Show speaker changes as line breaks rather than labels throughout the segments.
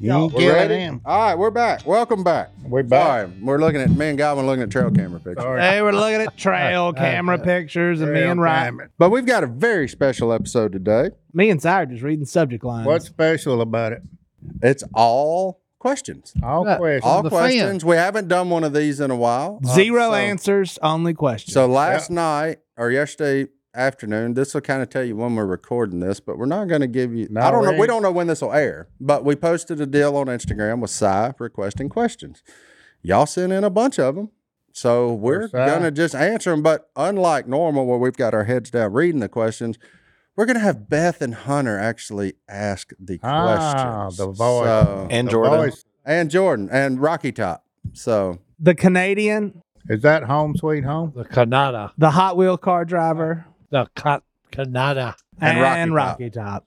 You ain't giving in.
All right, we're back. Welcome back.
We're back.
Sorry, we're looking at me and Godwin looking at trail camera pictures.
They were looking at trail camera pictures and me and Ryan,
But we've got a very special episode today.
me and Sire just reading subject lines.
What's special about it?
It's all questions.
All
Look,
questions.
All
the fan.
questions. We haven't done one of these in a while. Uh,
Zero
so-
answers, only questions.
So last night or yesterday afternoon, this will kind of tell you when we're recording this, but we're not going to give you.
No,
I don't
we
know. We
ain't.
don't know when this will air, but we posted a deal on Instagram with Cy requesting questions. Y'all sent in a bunch of them. So we're
Of course, Si.
going to just answer them. But unlike normal, where we've got our heads down reading the questions, we're going to have Beth and Hunter actually ask the
Ah,
questions.
the voice.
So-
And
The
Jordan.
voice.
and Jordan and Rocky Top. So
the Canadian,
Is that home sweet home?
The Kanata.
the Hot Wheel car driver,
The Ka- Kanata.
And
and,
Rocky
Rocky, Top.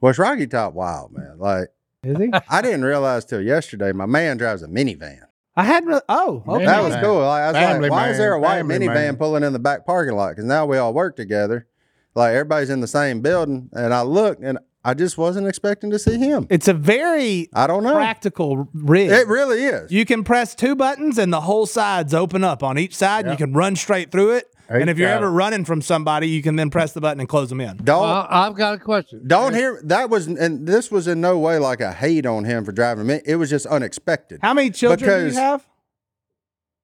was Rocky Top wild, man? Like,
Is he?
I didn't realize till yesterday my man drives a minivan.
I hadn't. Re- oh, okay.
That
Minivan.
was cool. Like, I was
Family
like, why is
man,
there a white
family
minivan
man.
pulling in the back parking lot? Because now we all work together. Like everybody's in the same building. And I looked and I just wasn't expecting to see him.
It's a very
I don't know.
practical rig.
It really is.
you can press two buttons and the whole sides open up on each side. and You can run straight through it.
Hey,
and if you're
got
ever
it.
running from somebody, you can then press the button and close them in.
don't
Well, I've got a question.
Oh. don't hear that was and this was in no way like a hate on him for driving me. It was just unexpected.
How many children
Because-
do you have?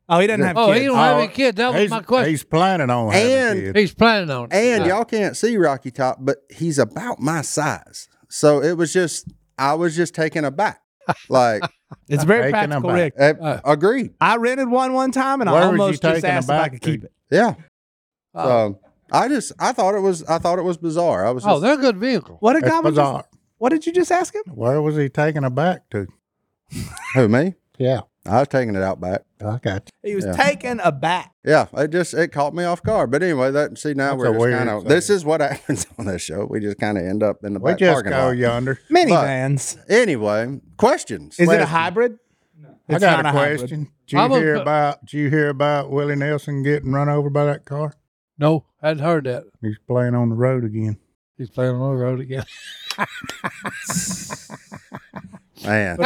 Oh, he doesn't have
Oh,
kids.
he don't have any kids. That was
he's,
my question.
He's planning on having
And-
kids.
He's planning on it.
And
Yeah.
y'all can't see Rocky Top, but he's about my size. So it was just I was just taken aback. Like
It's very
Taking them
practical,
back.
rig.
eh,
Uh.
agreed.
I rented one one time, and
Where
I
was you
almost just
taking
asked if
them
I
back
could
to?
keep it.
Yeah.
Oh,
So I just I thought it was I thought it was bizarre. I was
oh,
just,
they're a good vehicle.
What did
That's
God just,
bizarre.
What did you just ask him?
Where was he taking her back to?
who me?
Yeah,
I was taking it out back.
I got you.
He was
Yeah.
taken aback.
Yeah, it just it caught me off guard. But anyway, that see now
That's a
we're
weird
just kind of
thing.
this is what happens on this show. We just kind of end up in the
We
back
just
parking
go
lot.
yonder.
Minivans.
Anyway, questions.
Is it a
question.
hybrid?
I
It's
got a
not hybrid.
question. Did you
I was-
hear about? Did you hear about Willie Nelson getting run over by that car?
No, hadn't heard that.
He's playing on the road again.
He's playing on the road again.
Man,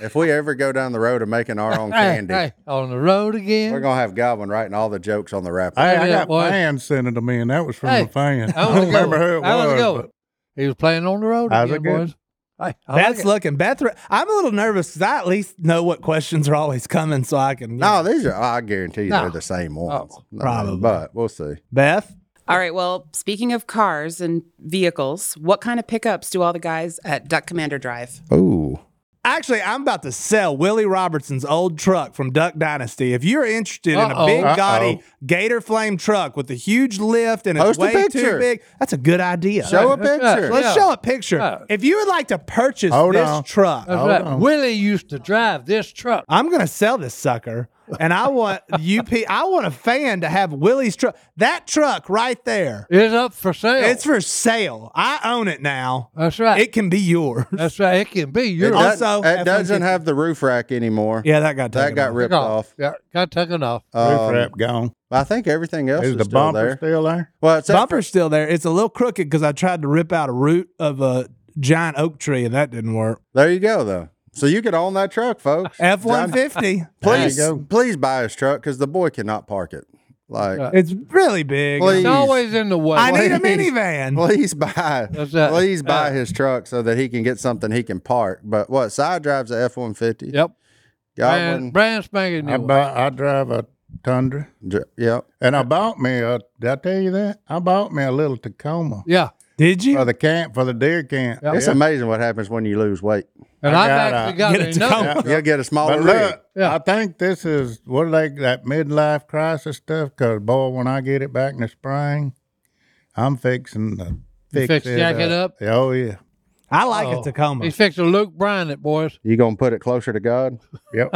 if we ever go down the road of making our own
Hey,
candy,
hey, on the road again.
we're gonna have Godwin writing all the jokes on the wrapper.
Hey,
Yeah,
I got
boy.
fans sending them in. That was from
Hey,
the fan.
That
I
was a
don't
good
remember
one.
who it
That was a good
was.
one. He was playing on the road
How's
again,
it good?
boys. Hey, I like
That's
it.
looking better. I'm a little nervous because I at least know what questions are always coming, so I can.
no, these are I guarantee you
No.
they're the same ones.
Oh,
No,
probably.
But we'll see.
Beth,
All right. Well, speaking of cars and vehicles, what kind of pickups do all the guys at Duck Commander drive?
Ooh.
actually, I'm about to sell Willie Robertson's old truck from Duck Dynasty. If you're interested in a
Uh-oh.
big
Uh-oh.
gaudy Gator Flame truck with a huge lift and it's
Post a
way too
picture.
big, that's a good idea.
Show a
that's
picture.
right.
Let's
Yeah.
show a picture.
Yeah. Uh-huh.
If you would like to purchase
Hold
this
on.
truck,
That's
Hold
right.
on.
Willie used to drive this truck.
I'm gonna sell this sucker, and I want UP. I want a fan to have Willie's truck. That truck right there.
It's up for sale.
It's for sale. I own it now.
That's right.
It can be yours.
That's right. It can be
It,
yours.
does-
doesn't-
Also,
it
F-150.
doesn't have the roof rack anymore.
Yeah, that got
that
taken
got
off.
ripped off.
Yeah, got taken off.
Roof
Um,
wrap gone.
I think everything else is,
Is the
still
bumper
there.
still there?
Well, it's
Bumper's still there. It's a little crooked because I tried to rip out a root of a giant oak tree, and that didn't work.
There you go, though. So you could own that truck, folks.
F one fifty.
Please,
There you go.
please buy his truck because the boy cannot park it. Like,
Yeah.
It's really big.
Please.
It's always in the way.
I need a
Please.
minivan.
please buy,
That's right.
please buy
Uh,
his truck so that he can get something he can park. But what side drives a F one fifty?
Yep.
Godwin.
Brand, brand spanking new.
I,
one.
bought, I drive a Tundra,
dr- Yep.
and I bought me a. Did I tell you that? I bought me a little Tacoma
Yeah.
Did you?
Oh, for the camp for the deer camp.
It's amazing what happens when you lose weight.
And
I
I've
got,
actually
uh,
got
get it
a
to
note.
come.
You'll get a smaller
But
rig.
look,
Yeah.
I think this is what are they that midlife crisis stuff. Because boy, when I get it back in the spring, I'm fixing to fix,
fix
it
jack it up?
Oh yeah,
I like
Oh.
a Tacoma.
He's fixing to Luke Bryan it, boys.
You gonna put it closer to God
yep.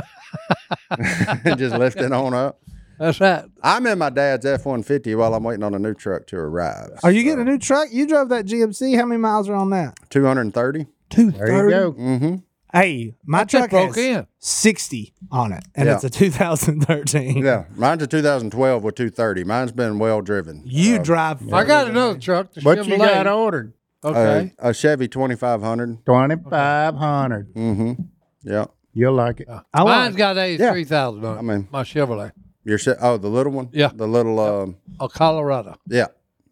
and just lift it on up?
That's right.
I'm in my dad's F one fifty while I'm waiting on a new truck to arrive.
Are you getting a new truck? You drove that GMC. How many miles are on that?
two hundred and thirty?
Two
There you go.
Mm-hmm.
Hey, my
That
truck
just broke
has
in.
sixty on it, and
Yeah.
it's a 2013.
Yeah, mine's a 2012 with 230. Mine's been well driven.
You drive.
I got another truck. The
What
Chevrolet.
you got ordered?
Okay.
Uh, a Chevy 2500.
Twenty five hundred.
Mm-hmm. Yeah,
You'll like it.
I
Mine's
want,
got 83,000 on it.
I mean-
my Chevrolet.
your che- oh the little one.
Yeah.
the little um
A Colorado.
yeah.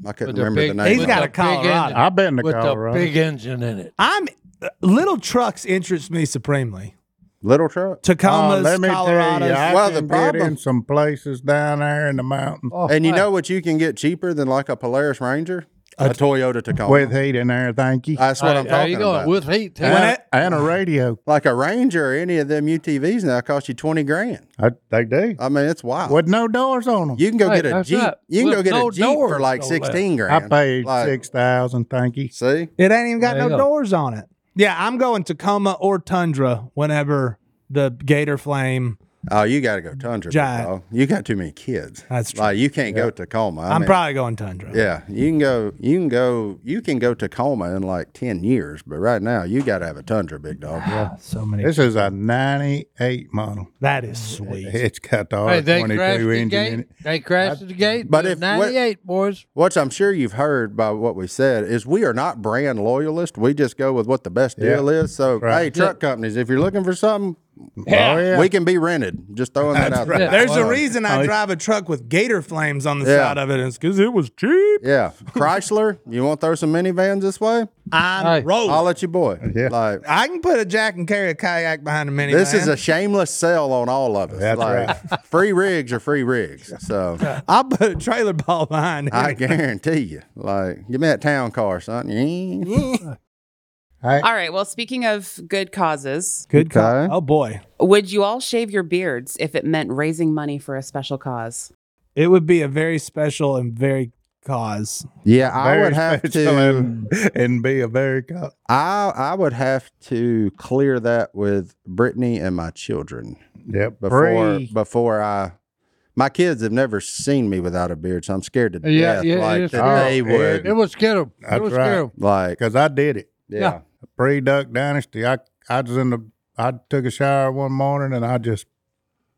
I couldn't
With the
remember
big-
the name.
He's
with
got
the
a
big
Colorado.
engine-
I've been to
With the
Colorado.
big engine in it.
I'm uh, little trucks interest me supremely.
little truck.
Tacomas,
Oh, let me
Colorados.
tell you, I
Well, the
can get
problem-
in some places down there in the mountains
Oh,
And you
man.
know what you can get cheaper than like a Polaris Ranger? A, Toyota Tacoma.
with heat in there. Thank you.
That's what I'm
There
talking
you go.
about.
With heat, too.
and, and a radio.
like a Ranger or any of them UTVs now cost you 20 grand.
I, they do.
I mean, it's wild.
With no doors on them.
You can go
Hey,
get a
that's
Jeep.
right.
You can go
With
get
no
a Jeep
doors,
for like
no
16
I
grand.
paid
Like,
six thousand. Thank you.
See?
It ain't even got
There you
no
go.
doors on it. Yeah, I'm going Tacoma or Tundra whenever the Gator Flame.
Oh, you got to go Tundra. big
Giant.
dog. You got too many kids.
That's true.
Like, you can't go Tacoma. I
I'm
mean,
probably going Tundra.
Yeah, you can go. You can go. You can go Tacoma in like ten years, but right now you got to have a Tundra, big dog.
Ah, so many.
This is a '98 model.
that is sweet.
It's got the
Hey, they
R22
crashed the
Uh, engine in
gate.
it.
They crashed the gate.
But
But if
if what-
98, boys.
What I'm sure you've heard by what we said is we are not brand loyalists. We just go with what the best deal is. So, hey, truck companies, if you're looking for something,
Oh yeah.
we can be rented. Just throwing that out there.
There's a
Wow.
reason
oh,
I drive a truck with Gator Flames on the
Yeah.
side of it. It's because it was cheap.
Yeah, Chrysler. You want to throw some minivans this way?
I'm
Hey.
rolling.
I'll let you, boy.
Yeah.
Like
I can put a jack and carry a kayak behind a minivan.
this is a shameless sell on all of us.
That's
like free rigs are free rigs. So.
I'll put a trailer ball behind it.
I guarantee you. Like, give me that town car, son. Yeah.
Hey,
All right. Well, speaking of good causes,
Good call.
Okay.
Oh boy,
would you all shave your beards if it meant raising money for a special cause?
it would be a very special and very cause.
Yeah, I
very
would have
special
to.
and, and be a very co-
I I would have to clear that with Brittany and my children
yep
before
free.
before I. My kids have never seen me without a beard, so I'm scared to
Yeah,
death.
yeah,
like
it's
that
true.
they
Oh,
would.
It would scare them.
That's
It would
right.
scare them.
like,
because I did it
yeah.
Yeah.
pre Duck Dynasty. I I was in the I took a shower one morning and I just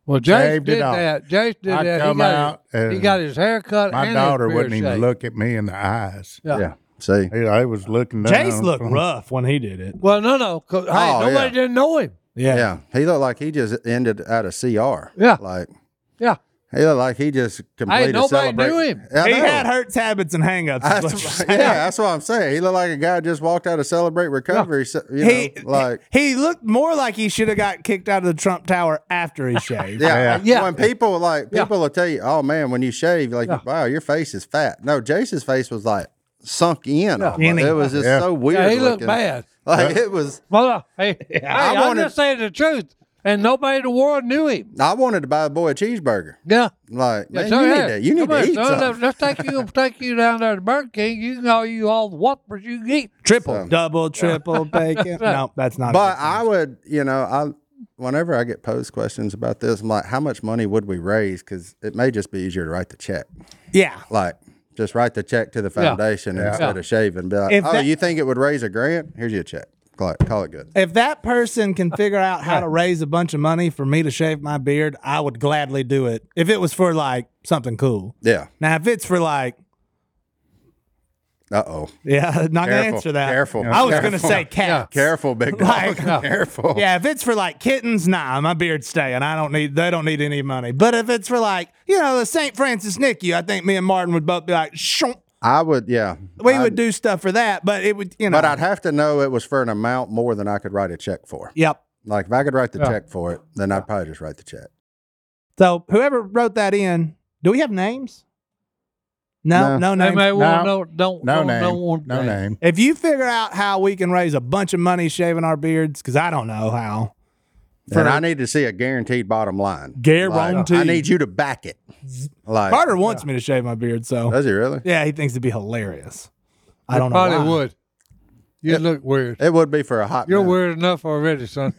Well, Jace
Shaved it
did
off.
that. Jace did
I
that.
come
he got
out
his,
and
he got his hair cut.
my
and
daughter
his
wouldn't
beard
even
shaved.
look at me in the eyes.
Yeah.
Yeah. See.
He- I was looking down.
Jace looked rough when he did it.
Well, no, no. 'cause, Hey,
Oh,
nobody
yeah.
didn't know him.
Yeah.
Yeah. He looked like he just ended out of CR.
Yeah.
Like.
Yeah.
He looked like he just completed.
nobody knew
celebra-
him.
I
He
know.
had hurts, habits, and hangups. is what
That's,
you're
yeah,
saying.
that's what I'm saying. He looked like a guy just walked out to celebrate recovery. So, you know,
He,
like
he looked more like he should have got kicked out of the Trump Tower after he shaved.
yeah,
Yeah.
When people like
Yeah.
people will tell you, "Oh man, when you shave, like wow, your face is fat." No, Jace's face was like sunk in. almost.
In it.
It was just
Yeah.
so weird.
Yeah, he looked
looking.
bad.
Like it was.
Well, uh, hey, hey,
I
I'm
wanted-
just saying the truth, and nobody in the world knew him.
I wanted to buy a boy a cheeseburger.
Yeah,
Like
yeah
man,
so,
you
hey,
need to you need
come
to
on,
eat
son,
something.
Let's let's take you, take you down there to Burger King. You can all you all the whoppers you can eat.
Triple,
So-
double, triple bacon. No, that's not. a
But
good
I would, you know, I whenever I get posed questions about this, I'm like, "How much money would we raise?" Because it may just be easier to write the check.
thing. yeah.
like just write the check to the foundation instead
Yeah.
of shaving. Be like,
If
oh,
that-
you think it would raise a grant? Here's your check. Call it, call it good.
If that person can figure out how to raise a bunch of money for me to shave my beard, I would gladly do it. If it was for like something cool.
Yeah.
Now, if it's for like,
Uh oh.
yeah, not gonna
Careful,
answer that.
careful,
I was gonna
careful.
say cats.
Careful, big dog.
Like-
Careful.
Yeah, if it's for like kittens, nah, my beard's staying. I don't need they don't need any money. But if it's for like, you know, the St. Francis NICU, I think me and Martin would both be like, Shunk.
I would. Yeah.
we
I'd-
would do stuff for that, but it would you know
But I'd have to know it was for an amount more than I could write a check for.
Yep.
Like if I could write the
Yeah.
check for it, then I'd probably just write the check.
So whoever wrote that in, do we have names? No, no,
They
name.
may
No.
want no, don't,
No
don't,
name.
don't want
no
that.
name.
If you figure out how we can raise a bunch of money shaving our beards, because I don't know how.
and I need to see a guaranteed bottom line.
Guaranteed.
I need you to back it. Like,
Carter wants me to shave my beard, so
Does he really?
yeah, he thinks it'd be hilarious. I don't know.
Probably
why.
would. You look weird.
It would be for a hot.
You're
minute.
weird enough already, son.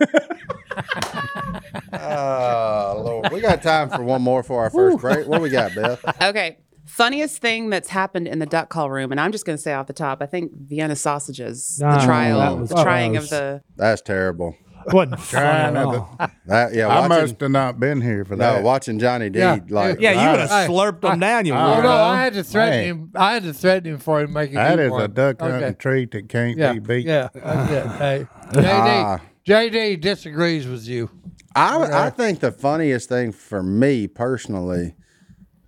Oh, Lord. We got time for one more for our first break. What we got, Beth?
Okay. Funniest thing that's happened in the duck call room, and I'm just going to say off the top, I think Vienna sausages,
Ah,
the
that
trial,
was
the trying of
gross.
the.
That's terrible.
Wasn't funny at
at
all.
That yeah.
I
Watching,
must have not been here for
no,
that.
watching Johnny D.
Yeah.
like
Yeah, you would have
I-
slurped them down. You
Oh
would.
no, I had to threaten
Hey.
him. I had to threaten him for him making.
that is a duck hunting treat that can't
Yeah,
be beat.
yeah, yeah. Hey,
Ah.
JD, JD disagrees with you.
I, I think the funniest thing for me personally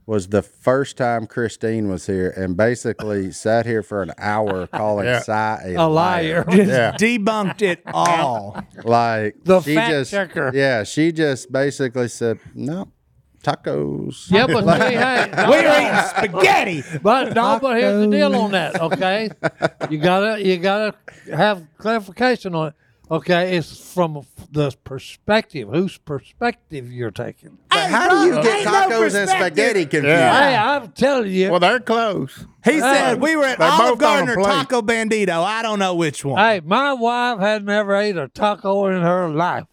was the first time Christine was here and basically sat here for an hour calling
Yeah.
Cy a,
A liar.
Just
Yeah.
debunked it all.
Like
The
she
fact
just
checker.
yeah, she just basically said no tacos.
yeah, but hey, hey, no,
We're
no,
eating spaghetti.
but no, but here's the deal on that. Okay, you gotta you gotta have clarification on it. Okay, it's from the perspective. Whose perspective you're taking?
Ah.
But how do you get
ain't no
tacos and
perspective.
spaghetti confused?
Hey, I'm telling you.
Well, they're close.
He said we were at
They both on
Olive
a
Garden or
plate.
Taco Bandito. I don't know which one.
Hey, my wife had never ate a taco in her life.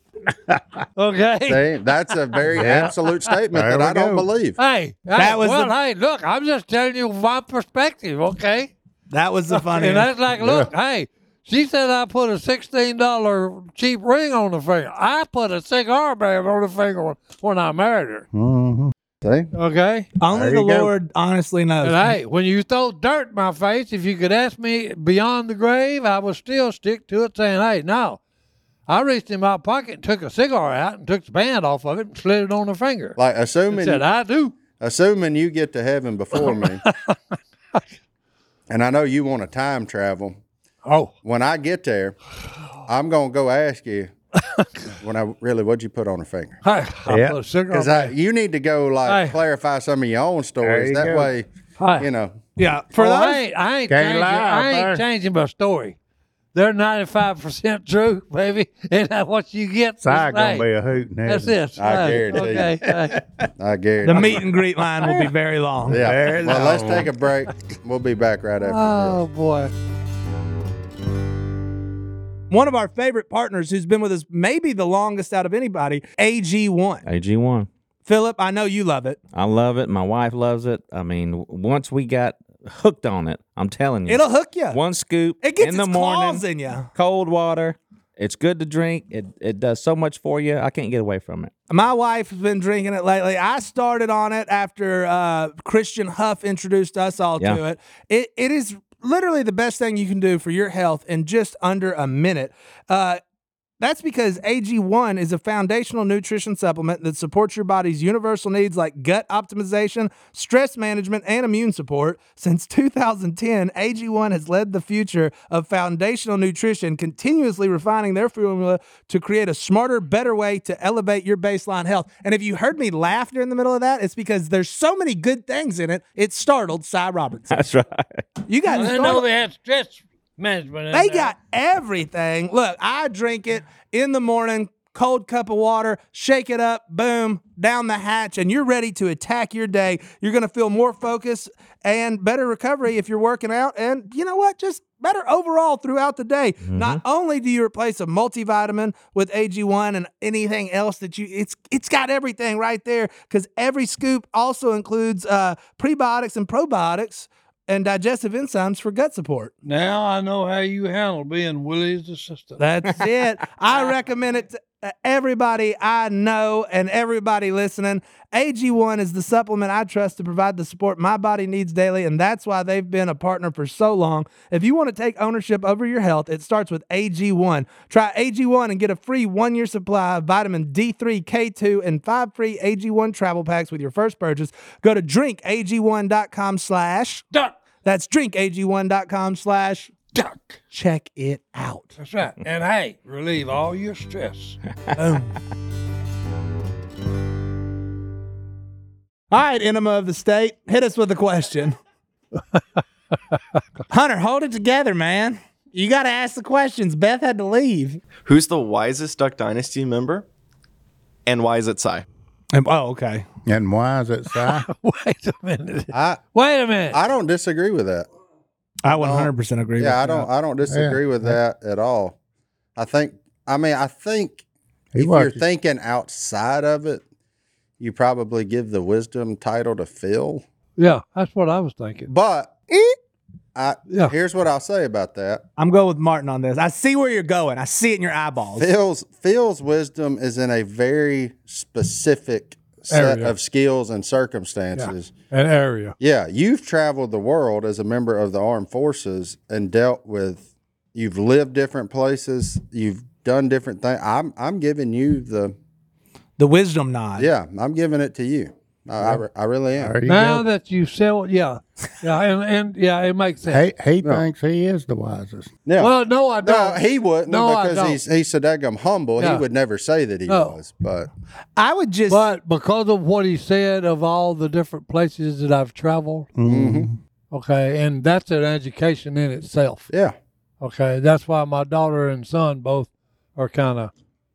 Okay.
See, that's a very absolute statement
There
that I
we
don't
go.
believe.
Hey,
That was
well,
the-
hey, look, I'm just telling you my perspective, okay?
that was the funny.
And that's like, look, hey, she said I put a sixteen dollar cheap ring on the finger. I put a cigar band on the finger when I married her.
See?
Okay.
Only
There
the
you go.
Lord honestly knows.
And hey, when you throw dirt in my face, if you could ask me beyond the grave, I would still stick to it saying, hey, no. I reached in my pocket and took a cigar out and took the band off of it and slid it on her finger.
Like
and
assuming
said, I do.
assuming you get to heaven before me, and I know you want to time travel.
Oh.
When I get there, I'm gonna go ask you. when I really, what'd you put on her finger?
Hey, I
Yeah.
put a cigar
Because
band.
you need to go like
Oh, Hey.
clarify some of your own stories.
you
that
go.
way,
Hey.
you know.
yeah, for
Oh,
those
I ain't, I ain't,
Can't
changing,
lie,
I ain't
brother.
changing my story. They're 95% true, baby. And that's what you get.
Cy gonna
Right.
be a hoot. in
That's
heaven.
it.
I
Right.
guarantee you.
okay. Right.
I guarantee.
the meet and greet line will be very long.
yeah.
Very
Well, let's
long.
take a break. We'll be back right after. this.
Oh, boy.
One of our favorite partners who's been with us maybe the longest out of anybody, AG1.
AG1.
Philip, I know you love it.
I love it. My wife loves it. I mean, w- once we got hooked on it, I'm telling you,
It'll hook you.
one scoop
It gets
in the
its
morning,
claws in you.
cold water. It's good to drink. It it does so much for you. I can't get away from it.
My wife has been drinking it lately. I started on it after uh, Christian Huff introduced us all
Yeah.
to it. It it is literally the best thing you can do for your health in just under a minute. Uh, that's because AG1 is a foundational nutrition supplement that supports your body's universal needs like gut optimization, stress management, and immune support. Since 2010, AG1 has led the future of foundational nutrition, continuously refining their formula to create a smarter, better way to elevate your baseline health. And if you heard me laugh during the middle of that, it's because there's so many good things in it. It startled Cy Robertson.
That's right.
You got
I
to
didn't
startled.
know they had stress management. in
They
there.
got everything. Look, I drink it in the morning, cold cup of water, shake it up, boom, down the hatch, and you're ready to attack your day. You're going to feel more focus and better recovery if you're working out. And you know what? Just better overall throughout the day. Not only do you replace a multivitamin with AG1 and anything else that you it's it's got everything right there cuz every scoop also includes uh prebiotics and probiotics and digestive enzymes for gut support.
Now I know how you handle being Willie's assistant.
That's it. I recommend it to uh, everybody I know and everybody listening. AG1 is the supplement I trust to provide the support my body needs daily, and that's why they've been a partner for so long. If you want to take ownership over your health, it starts with AG1. Try AG1 and get a free one year supply of vitamin D3, K2, and five free AG1 travel packs with your first purchase. Go to drinkag1.com slash
Duck.
that's drinkag1.com slash
Duck.
check it out.
That's right. And hey, relieve all your stress.
All right, Enema of the State, hit us with a question. Hunter, hold it together, man. You got to ask the questions. Beth had to leave.
Who's the wisest Duck Dynasty member? And why is it Psy?
And- oh, okay.
And why is it Cy?
Wait a minute.
I
Wait a minute.
I don't disagree with that.
I 100% agree with
Yeah,
that.
I don't I don't disagree with that at all. I think I mean I think
He
if you're
watches-
thinking outside of it, you probably give the wisdom title to Phil.
yeah, that's what I was thinking.
But I
Yeah.
here's what I'll say about that.
I'm going with Martin on this. I see where you're going. I see it in your eyeballs.
Phil's Phil's wisdom is in a very specific set
Area.
of skills and circumstances.
An area.
Yeah, you've traveled the world as a member of the armed forces and dealt with. You've lived different places. You've done different things. I'm I'm giving you the
The wisdom nod.
yeah. I'm giving it to you. I I, re- I really am.
There you
Now
go.
that you sell, yeah, yeah, and, and yeah, it makes sense.
He, he thinks he is the wisest.
Yeah.
Well, no, I
no,
don't.
he wouldn't
No, I
because
don't.
he's he's so daggum humble.
Yeah.
He would never say that he
No.
was. But
I would just.
but because of what he said of all the different places that I've traveled,
Mm-hmm.
okay, and that's an education in itself.
yeah.
Okay, that's why my daughter and son both are kind of,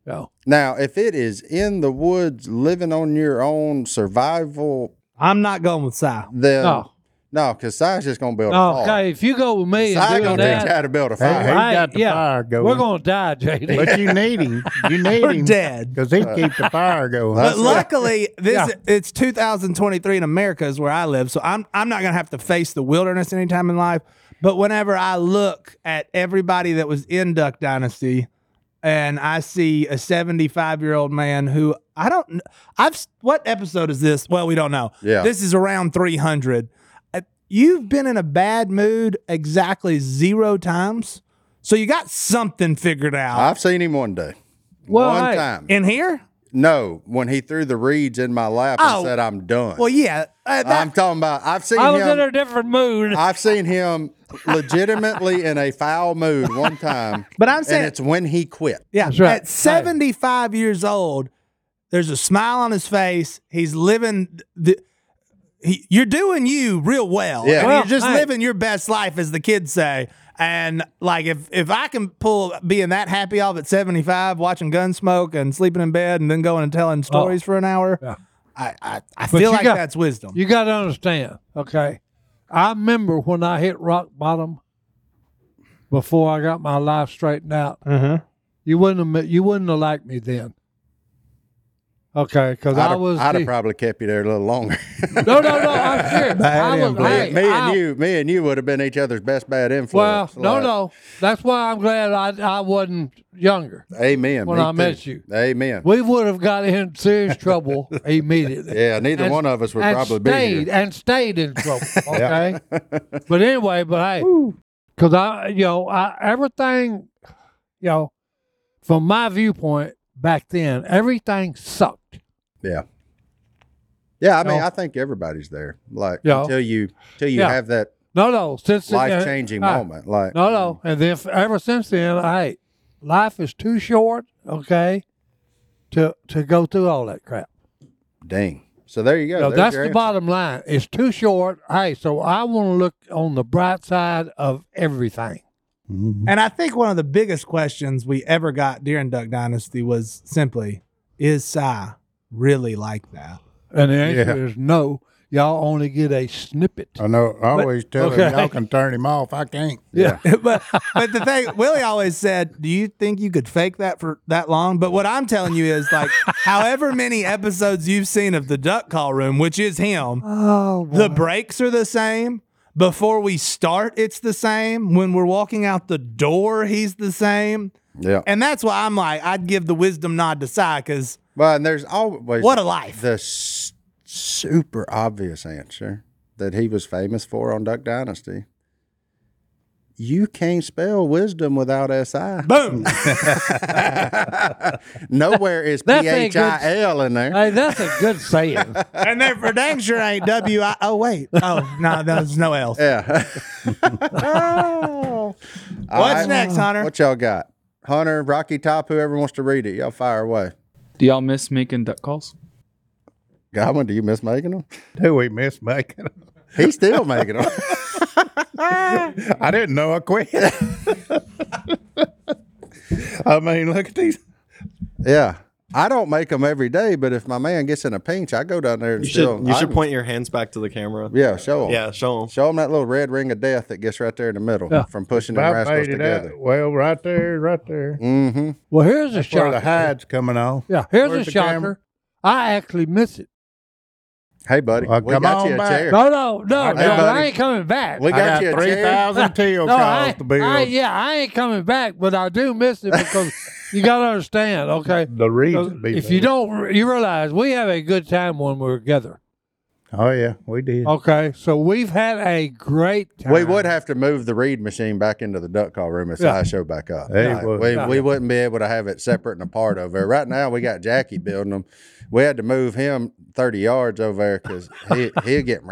you know,
Now, if it is in the woods, living on your own survival,
I'm not going with Cy.
then
No.
no, because Sai's just gonna build a fire.
okay. If you go with me
Sai
and do
Oh, gonna teach you
that,
how to build a
Hey,
fire.
hey.
I-
got the
yeah,
fire going.
we're gonna die, JD.
But you need him. You need
We're
him.
dead.
Because he keep the fire going.
But luckily, this
Yeah.
it's 2023 in America is where I live, so I'm I'm not gonna have to face the wilderness anytime in life. But whenever I look at everybody that was in Duck Dynasty, and I see a 75 year old man who I don't, kn- I've s- what episode is this? Well, we don't know.
Yeah.
this is around 300. Uh, You've been in a bad mood exactly zero times, so you got something figured out
I've seen him one day.
Well,
one
hey,
time.
in here.
no, when he threw the reeds in my lap and
Oh.
said, I'm done.
Well, yeah, uh, that,
I'm talking about, I've seen
I was in
him,
a different mood.
I've seen him legitimately in a foul mood one time.
But I'm saying-
and it's when he quit.
Yeah,
That's right.
at 75 years old, there's a smile on his face. He's living the. He, you're doing you real well.
Yeah.
and
Well,
you're just
hey.
living your best life, as the kids say. And like, if if I can pull being that happy off at 75, watching Gunsmoke and sleeping in bed, and then going and telling stories for an hour, I I, I
Oh. But
feel
you
like
got-
that's wisdom.
You got to understand, okay? I remember when I hit rock bottom before I got my life straightened out. You wouldn't have, met- you wouldn't have liked me then. Okay, because
I'd
I
have,
was
I'd have
the-
probably kept you there a little longer.
no, no, no. I'm serious. I was,
me,
hey,
me and
I-
you, me and you would have been each other's best bad
Well,
influence.
no,
Like,
no. That's why I'm glad I, I wasn't younger.
Amen.
When
me
I met
too.
you.
Amen.
We would have got in serious trouble immediately.
yeah, neither
and-
one of us would
and
probably be
stayed,
here.
and stayed in trouble. Okay, but anyway, but hey, because I, you know, I everything, you know, from my viewpoint back then, everything sucked.
Yeah. Yeah, I mean,
No.
I think everybody's there. Like
Yeah.
until you, until you
Yeah.
have that
No, no, since then-
life changing
uh,
moment. Mm-hmm. Like
No, no, and then f- ever since then, hey, life is too short. Okay, to to go through all that crap.
Dang. So there you go.
No,
There's
that's
your
the
answer.
bottom line. It's too short. Hey, so I want to look on the bright side of everything.
And I think one of the biggest questions we ever got during Duck Dynasty was simply, is Psy really like that?
And the answer
Yeah.
is no. Y'all only get a snippet.
I know. I always tell
okay.
him, y'all can turn him off. I can't.
yeah.
but but the thing Willie always said, do you think you could fake that for that long? But what I'm telling you is like however many episodes you've seen of the duck call room, which is him,
Oh,
the breaks are the same. Before we start, it's the same. When we're walking out the door, he's the same.
Yeah.
And that's why I'm like, I'd give the wisdom nod to Cy because
Well, and there's always
What a life.
The s- super obvious answer that he was famous for on Duck Dynasty. You can't spell wisdom without si.
boom.
Nowhere is p
That's a
h
good-
i l in there.
hey, that's a good saying.
and there for dang sure ain't W I oh wait. Oh no, there's no L.
Yeah.
Oh.
What's next, Hunter?
What y'all got? Hunter, Rocky Top, whoever wants to read it, y'all fire away.
Do y'all miss making duck calls?
Godwin, do you miss making them?
Do we miss making 'em?
He's still making them.
I didn't know I quit. I mean, look at these.
yeah. I don't make them every day, but if my man gets in a pinch, I go down there and
You
still.
should you
I
should
can-
point your hands back to the camera.
Yeah, show them.
Yeah, show them.
Show them that little red ring of death that gets right there in the middle from pushing the
I
rascals
paid it
together. Mm-hmm.
out. Well, right there, right there.
Well,
Where
here's a
the
shocker.
hide's coming off.
Yeah, here's
Where's
a
the camera?
shocker. I actually miss it.
Hey, buddy,
Well,
we
come
got you
on
a
back.
chair.
No, no, no,
I got
no.
it.
I ain't coming back.
We
I
got,
got,
you a
three
chair.
thousand teal
no,
calls
I,
to build
I, yeah, I ain't coming back, but I do miss it because you got to understand, okay?
the reason. be
If
there.
you don't, re- you realize we have a good time when we're together.
oh yeah, we did.
Okay, so we've had a great time.
We would have to move the reed machine back into the duck call room if
Yeah.
I show back up.
They
Right.
would.
We,
Yeah.
we wouldn't be able to have it separate and apart over there. Right now, we got Jackie building them. We had to move him 30 yards over there because he, he'd get.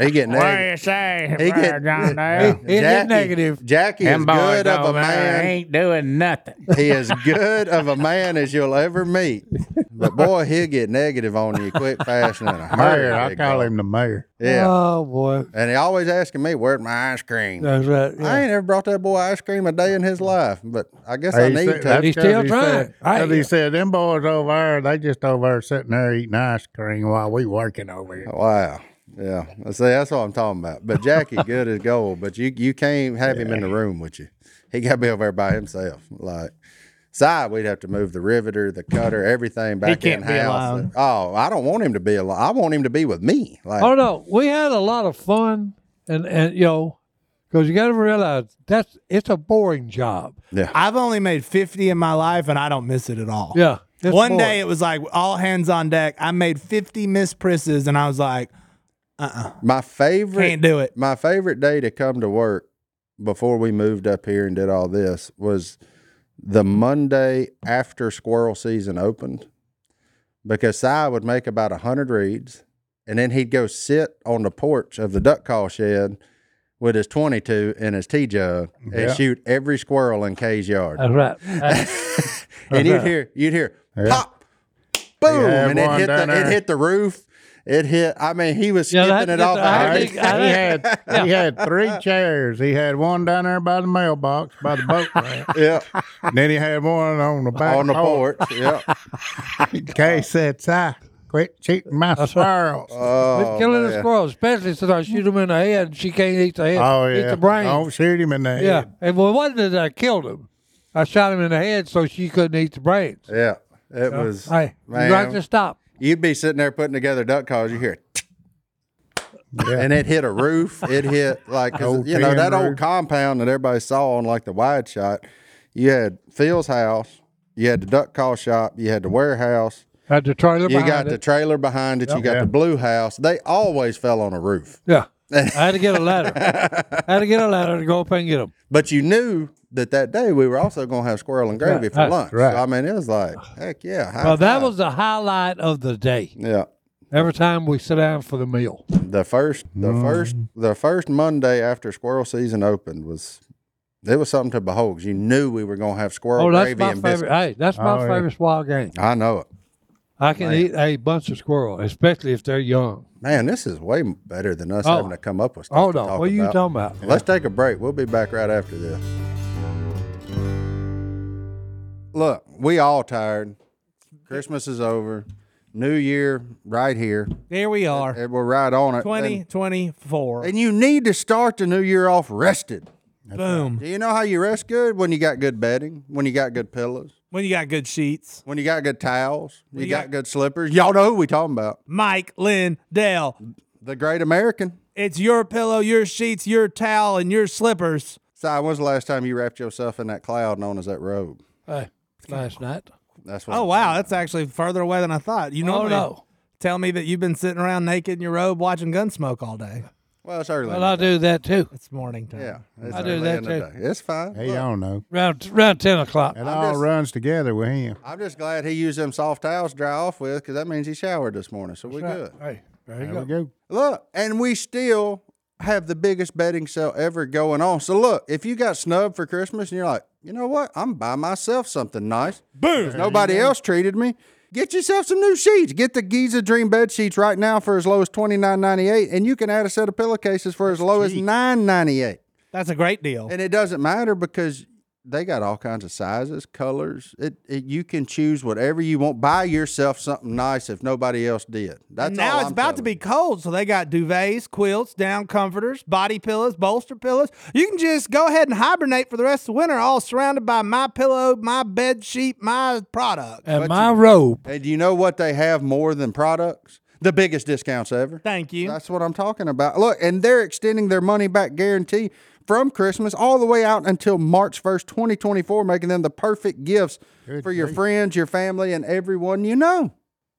he get negative.
say?
He get,
He get negative.
Jackie is good of a man.
ain't doing nothing.
He is good of a man as you'll ever meet. But boy, he'll get negative on you quick, fast, and in a hurry.
Mayor, I
big
call
dog.
him the mayor.
Yeah.
Oh boy,
and he always asking me, where's my ice cream?
that's right. yeah.
I ain't ever brought that boy ice cream a day in his life, but I guess I
He
need
said-
to.
that's
He's
'cause
still
he
trying.
said-
I-
'cause he said, them boys over there, they just over there sitting there eating ice cream while we working over here.
Wow. Yeah. See, that's what I'm talking about. But Jackie, good as gold, but you you can't have him in the room with you. He got to be over there by himself. Like, side, we'd have to move the riveter, the cutter, everything back
can't
in
be
house.
alone.
Oh, I don't want him to be alone. I want him to be with me. Like,
Oh no, we had a lot of fun, and and you know, because you got to realize that's it's a boring job.
I've only made 50 in my life and I don't miss it at all.
Yeah, it's
One
boring.
day it was like all hands on deck. I made 50 missed prisses and I was like,
my favorite.
can't do it.
my favorite day to come to work before we moved up here and did all this was the Monday after squirrel season opened because Si would make about a 100 reeds and then he'd go sit on the porch of the duck call shed with his 22 and his tea jug and
Yeah.
shoot every squirrel in K's yard.
That's right. That's-
and you'd hear, you'd hear pop, boom,
had
and it
one
hit,
down
the, it
there.
hit the roof. It hit, I mean, he was
Yeah,
skipping
that-
it
that-
off. a
I
hundred
think-
he
I think-
had he had three chairs. He had one down there by the mailbox, by the boat ramp.
yeah,
And then he had one on the back
on the
porch.
porch. Yeah.
Kay said, "Si, quit cheating my squirrels."
Oh,
killing a
man.
squirrel, especially since I shoot him in the head, and she can't eat the head.
oh
eat
yeah,
the brain.
don't shoot him in the
yeah,
head.
and well, it wasn't that I killed him. I shot him in the head so she couldn't eat the brains.
Yeah. It was.
Hey, you
man,
got to stop.
You'd be sitting there putting together duck calls. You hear, it,
Yeah.
and it hit a roof. It hit like 'cause,
Old
you know
tin
that old
roof.
compound that everybody saw on like the wide shot. You had Phil's house. You had the duck call shop. You had the warehouse.
Had the trailer
You
behind
got the
it.
trailer behind it. You got
Yeah.
the blue house. They always fell on a roof,
yeah, I had to get a ladder. I had to get a ladder to go up and get him.
but you knew that that day we were also going to have squirrel and gravy for lunch.
right.
So, I mean, it was like, heck yeah. high
Well, that
five.
was the highlight of the day.
yeah.
Every time we sit down for the meal.
The first, the first, the first Monday after squirrel season opened was, it was something to behold. 'cause You knew we were gonna have squirrel
Oh, that's
gravy
my
and
favorite.
biscuits.
Hey, that's my
Oh, yeah.
favorite wild game.
I know it,
I can eat a bunch of squirrel, especially if they're young.
man. This is way better than us
Oh.
having to come up with stuff.
Hold
to
on,
talk
what are you
about.
talking about?
Let's take a break. We'll be back right after this. Look, we all tired. Christmas is over. New Year right here,
There we are.
and we're right on it. And,
2024.
and you need to start the new year off rested.
Boom.
Do you know how you rest good? When you got good bedding, when you got good pillows,
When you got good sheets.
when you got good towels, you,
you
got,
got-
good slippers. Y'all know who we talking about.
Mike Lindell.
The great American.
It's your pillow, your sheets, your towel, and your slippers.
Si, when's the last time you wrapped yourself in that cloud known as that robe?
Hey, last night.
That's what
Oh
I'm
wow, that's actually further away than I thought. You normally
Oh, no.
tell me that you've been sitting around naked in your robe watching Gunsmoke all day.
Well, it's early.
Well, I do that too.
It's morning time.
yeah, it's
I do
early
that
in the
too.
day. It's fine.
Hey,
Look,
y'all know
Around around ten o'clock.
it
I'm
all
just-
runs together with him.
I'm just glad he used them soft towels to dry off with because that means he showered this morning, so we're good.
Hey, there
There we go.
Look, and we still have the biggest betting sale ever going on. So look, if you got snubbed for Christmas and you're like, you know what, I'm buy myself something nice. Boom. Nobody else treated me. Get yourself some new sheets. Get the Giza Dream bed sheets right now for as low as twenty nine ninety eight, and you can add a set of pillowcases for as low as nine ninety eight.
That's a great deal.
And it doesn't matter because they got all kinds of sizes, colors. It, it you can choose whatever you want. Buy yourself something nice if nobody else did. That's
And now
all
it's
I'm
about to be
telling
cold, so they got duvets, quilts, down comforters, body pillows, bolster pillows. You can just go ahead and hibernate for the rest of the winter, all surrounded by my pillow, my bed sheet, my product.
And my robe.
you. And you know what they have more than products? The biggest discounts ever.
Thank you.
That's what I'm talking about. Look, and they're extending their money back guarantee from Christmas all the way out until March 1st, 2024, making them the perfect gifts for your friends, your family, and everyone you know.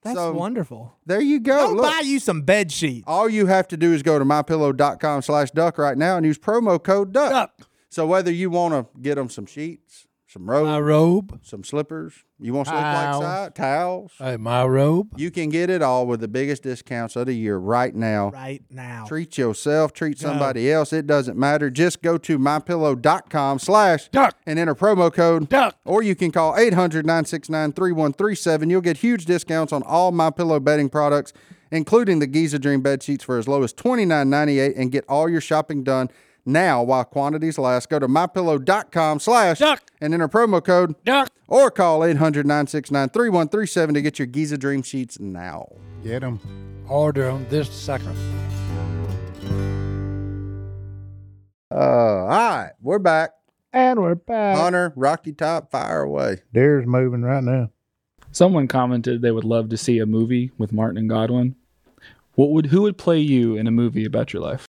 That's
so-
wonderful.
There you go.
I'll
Oh, Look.
buy you some bed sheets.
All you have to do is go to mypillow.com slash duck right now and use promo code duck. So whether you want to get them some sheets, some
My
robe,
robe.
some slippers, you want to look like
Uh, Towels. Uh,
side, towels,
Hey, my robe.
you can get it all with the biggest discounts of the year right now.
Right now.
Treat yourself, treat somebody else. It doesn't matter. Just go to mypillow.com slash
Duck.
and enter promo code
Duck.
Or you can call 800 969 3137. You'll get huge discounts on all My Pillow bedding products, including the Giza Dream bed sheets for as low as $29.98 and get all your shopping done now while quantities last. Go to mypillow.com slash
Duck.
and enter promo code
Duck.
or call 800 969 3137 to get your Giza Dream sheets now.
Get them.
Order them this second.
Uh, all right, we're back.
And we're back.
Hunter, Rocky Top, fire away.
Deer's moving right now.
Someone commented they would love to see a movie with Martin and Godwin. What would who would play you in a movie about your life?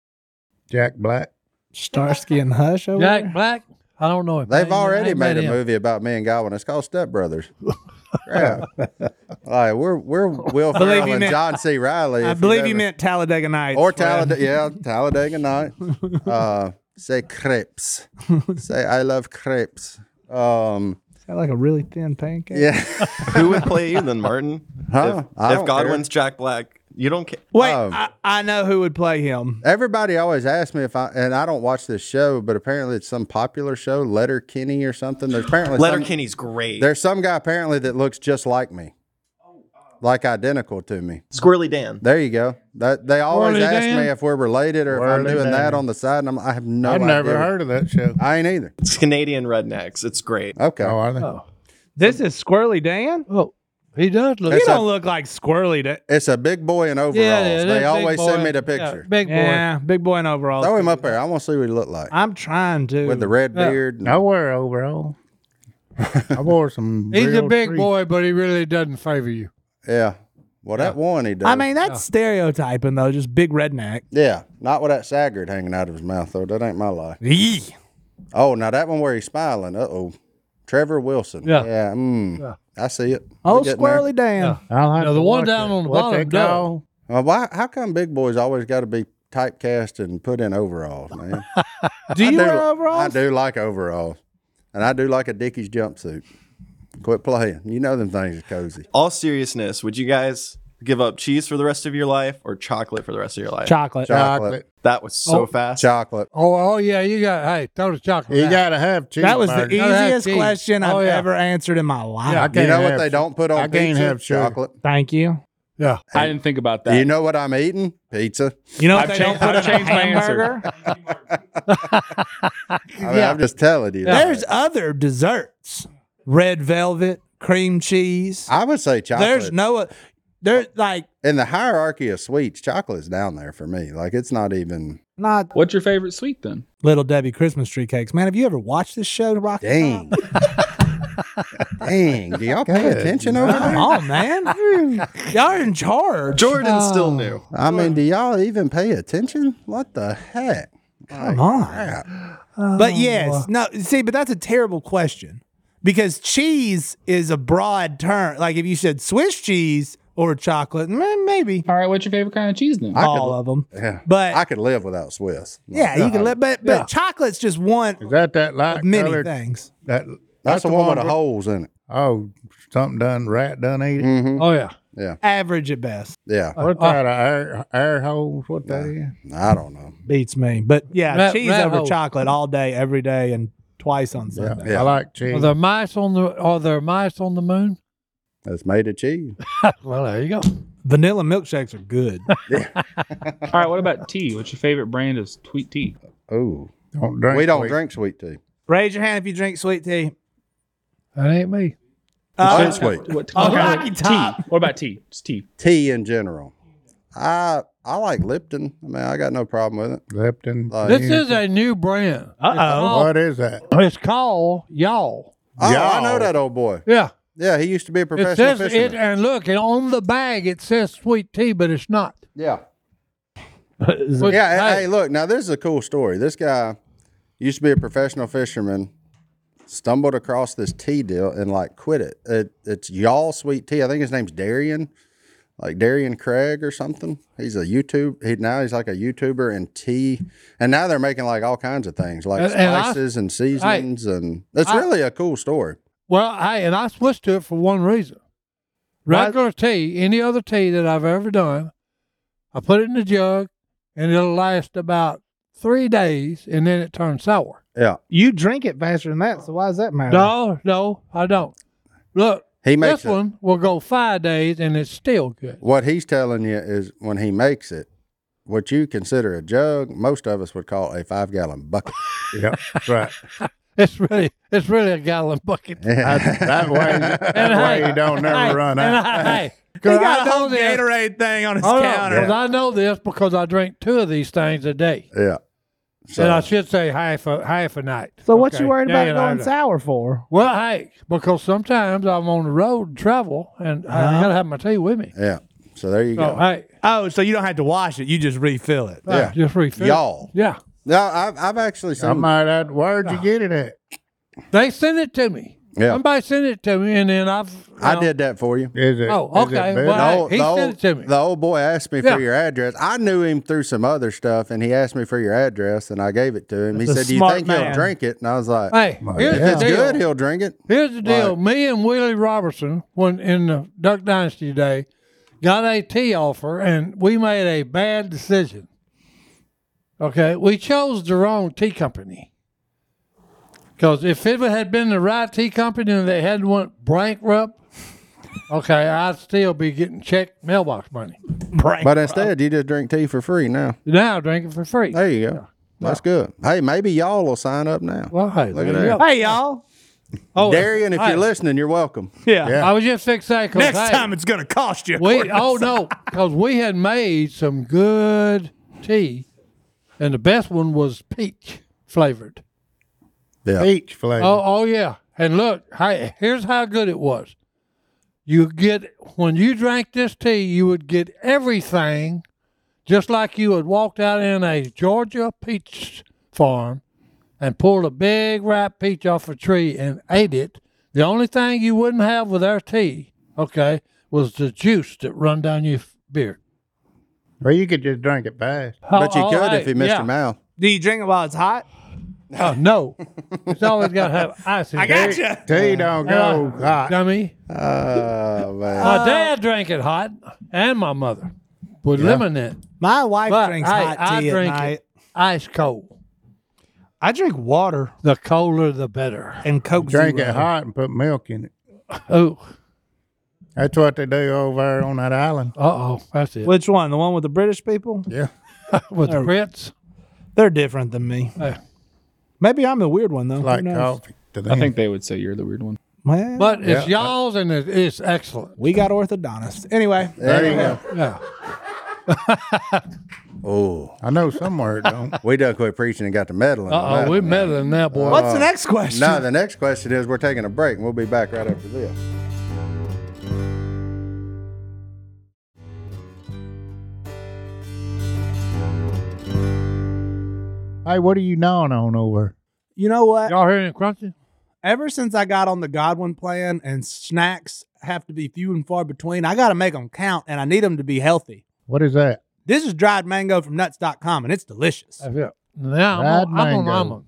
Jack Black.
Starsky and Hush over
Jack Black. I don't know. him. I
They've
ain't- I
already
ain't
made
met
a
him.
movie about me and Godwin. It's called Step Brothers. Yeah. like we're we're Will
believe
Ferrell
you
and
meant-
John C. Riley.
I
if
believe
you've
you
ever-
meant Talladega Nights.
or
Fred.
Talladega. Yeah, Talladega Night. Uh, say crepes. say I love crepes. Um,
Is that like a really thin pancake?
yeah.
Who would play you then, Martin?
Huh? I
If,
don't
if Godwin's Jack Black, you don't care.
Wait,
Um,
I, I know who would play him.
Everybody always asks me if I and I don't watch this show, but apparently it's some popular show, Letter Kenny or something. There's apparently some-
Letterkenny's great.
There's some guy apparently that looks just like me, like identical to me.
Squirrely Dan.
There you go. That they always
Whirly
ask
Dan?
me if we're related or if I'm
Whirly
doing that
Dan.
on the side, and I'm, I have no.
I've
idea.
never heard of that show.
I ain't either.
It's Canadian rednecks. It's great.
Okay.
Oh, are they?
This is Squirrely Dan.
Oh, he does look.
You
That's
don't
a-
look like Squirrely Dan.
It's a big boy in overalls.
that
they
big
always send
boy.
me the
Yeah,
picture.
big boy.
Yeah, big boy in overalls.
Throw him up there. I want to see what he looked like
I'm trying to.
with the red
Yeah.
beard.
I wear overall. I wore some.
He's a
real
big
tree-
boy, but he really doesn't favor you.
Yeah. Well, that one he does.
I mean, that's stereotyping though. Just big redneck.
yeah, not with that sagard hanging out of his mouth though. That ain't my lie.
Yee.
Oh, now that one where he's smiling. Uh oh. Trevor Wilson.
Yeah.
Yeah. Mm, I see it.
Oh,
We getting there.
Squirrely Dan.
I'll have
Now, the
to
one
watch
down
it.
on the
What
bottom
they
does.
call-
Well, Uh, why? How come big boys always got to be typecast and put in overalls, man?
Do you
I
wear
I
overalls?
do like overalls, and I do like a Dickies jumpsuit. Quit playing. You know them things are cozy.
All seriousness, would you guys give up cheese for the rest of your life or chocolate for the rest of your life?
Chocolate.
uh,
Chocolate,
that was so
Oh,
fast.
chocolate.
Oh, oh yeah, you got. Hey, throw the chocolate.
You
out.
gotta have cheese.
That was the
Gotta have
easiest
cheese.
question
Oh,
I've
yeah.
ever answered in my
Yeah.
life.
can't
You know what
have-
they don't put on
I
pizza?
can't have sugar.
chocolate.
Thank you.
Yeah.
I didn't think about that.
Do you know what I'm eating? Pizza.
You know, what
I've
they
changed-
don't put
I've
in a
changed my answer.
hamburger?
I mean, I'm just telling you.
There's other desserts: red velvet, cream cheese.
I would say chocolate.
There's no. There's like
in the hierarchy of sweets, chocolate's down there for me. Like it's not even.
not
What's your favorite sweet then?
little Debbie Christmas tree cakes. Man, have you ever watched this show, Rocky?
Dang. Dang. Do y'all pay attention over
Come
there?
on, man. Y'all are in charge.
Jordan still knew.
I mean, do y'all even pay attention? What the heck?
Come on.
Crap.
But yes, no, see, but that's a terrible question because cheese is a broad term. Like if you said Swiss cheese or chocolate, mm, maybe
All right, what's your favorite kind of cheese then?
all of them.
Yeah.
But-
I could live without Swiss.
Oh, Yeah, you can let, but, but chocolate's just one
Is that that light
of many
colored?
things.
That
That's, the, one, with the
where-
holes in it.
Oh, something done. Rat done ate it.
Oh yeah. Uh,
Average at best.
Yeah.
Oh,
What's that? a air air holes? What that is?
I don't know.
Beats me. But yeah,
Rat-
cheese
rat
over
hole.
chocolate all day, every day, and twice on Sunday.
I like cheese.
Are there mice on the? Are there mice on the moon?
That's made of cheese.
Well, there you go.
Vanilla milkshakes are good.
All right, what about tea? What's your favorite brand of sweet tea?
Ooh.
Don't drink.
we don't
sweet-
drink sweet tea.
Raise your hand if you drink sweet tea.
That ain't me.
Uh,
It's sweet.
What,
Oh,
what kind
Rocky
of
Top.
tea? What about tea? It's tea.
Tea in general. I I like Lipton. I mean, I got no problem with it.
Lipton.
Like-
This is a new brand.
Uh
What is that?
It's called Y'all.
Oh, I
Y'all.
know that old boy.
Yeah.
Yeah, he used to be a
It
professional
says it,
fisherman.
and look, and on the bag it says sweet tea, but it's not.
yeah.
But
Yeah, hey,
hey,
hey, look, now this is a cool story. This guy used to be a professional fisherman, stumbled across this tea deal and like quit it. it it's y'all sweet tea. I think his name's Darian, like Darian Craig or something. He's a YouTube. He now he's like a YouTuber and tea, and now they're making like all kinds of things like
And- and I-
spices and seasonings, and it's
I-
really a cool story.
Well, hey, and I switched to it for one reason. Regular tea, any other tea that I've ever done, I put it in the jug, and it'll last about three days, and then it turns sour.
Yeah,
You drink it faster than that, so why does that matter?
No, no, I don't. Look,
he makes
this
it.
one will go five days, and it's still good.
What he's telling you is when he makes it. What you consider a jug, most of us would call a five gallon bucket.
Yep, right.
It's really, it's really a gallon bucket.
That's, that way, that way you don't never
Hey,
run
and
out.
I- hey,
He
'cause
got
I
a whole
know this.
Gatorade thing on his
Hold on,
counter.
'cause I know this because I drink two of these things a day,
Yeah. So
and I should say half a half a night.
So what
Okay.
you worried
Yeah,
about
yeah, I
going
know.
sour for?
Well, hey, because sometimes I'm on the road and travel, and I gotta have my tea with me.
yeah. So Uh-huh. there you
So
go.
hey,
oh, so you don't have to wash it; you just refill it.
Yeah.
just refill.
Y'all.
Yeah,
No, I've, I've actually
I
seen.
might add, where'd you get it at?
they sent it to me.
Yeah.
Somebody sent it to me, and then I've
I
you know,
did that for you.
Is it?
Oh,
is it
okay,
better?
well, I-
The
Hey,
old,
he
the
sent
old-
it to me.
the old boy asked me
Yeah.
for your address. I knew him through some other stuff, and he asked me for your address, and I gave it to him. he
That's a
said, "Do you
smart
think he'll
man.
drink it?" And I was like,
Hey, here's
"If it's
the deal.
good, he'll drink it."
Here's the deal. Me and Willie Robertson, when in the Duck Dynasty day, got a tea offer and we made a bad decision. Okay. We chose the wrong tea company. Because if it had been the right tea company and they hadn't went bankrupt, okay, I'd still be getting check mailbox money.
But instead, you just drink tea for free now.
Now I drink it for free.
There you go. That's good. Hey, maybe y'all will sign up now.
Well, hey,
Look
there
at
you
that.
go.
Hey y'all.
Oh,
Darian, if
hey,
you're listening, you're welcome.
Yeah.
I was just fixated. 'cause,
Next
hey,
time, it's going to cost you. a
We
quarter.
oh no, because we had made some good tea, and the best one was peach flavored.
Yeah.
Peach flavor.
Oh oh yeah, and look, hey, here's how good it was. You get when you drank this tea, you would get everything, just like you had walked out in a Georgia peach farm, and pulled a big ripe peach off a tree and ate it. The only thing you wouldn't have with our tea, okay, was the juice that run down your f- beard.
Well, you could just drink it fast.
But you
Oh,
could
oh,
if you missed
yeah.
your mouth.
do you drink it while it's hot?
Oh, no. It's always got to have ice in
I
there.
got gotcha.
Tea don't go hot.
Dummy.
Oh man.
Uh,
My dad drank it hot, and my mother with lemon in it.
My wife
But
drinks
I,
hot
I
tea
drink
at night.
it ice cold.
I drink water
The colder, the better.
and Coke
Drink
Zero.
it hot and put milk in it.
Oh,
That's what they do over there on that island.
uh oh. That's it.
Which one? The one with the British people?
Yeah.
With the Brits.
They're different than me.
Yeah.
Maybe I'm the weird one though.
Like
Who knows?
coffee. To them.
I think they would say you're the weird one.
Well,
But it's y'all's, and it, it's excellent.
we got orthodontists. Anyway,
there you go.
Yeah.
Oh,
I know somewhere it don't.
we done quit preaching and got to meddling.
Uh oh. We're meddling now, boy.
what's
Uh,
the next question?
Now the next question is we're taking a break and we'll be back right after this.
Hey, what are you gnawing on over?
You know what?
Y'all hearing it crunching?
Ever since I got on the Godwin plan and snacks have to be few and far between, I got to make them count and I need them to be healthy.
What is that?
This is dried mango from nuts.com and it's delicious.
That's it. Now I'm
Fried
on, I'm on
mango.
almonds.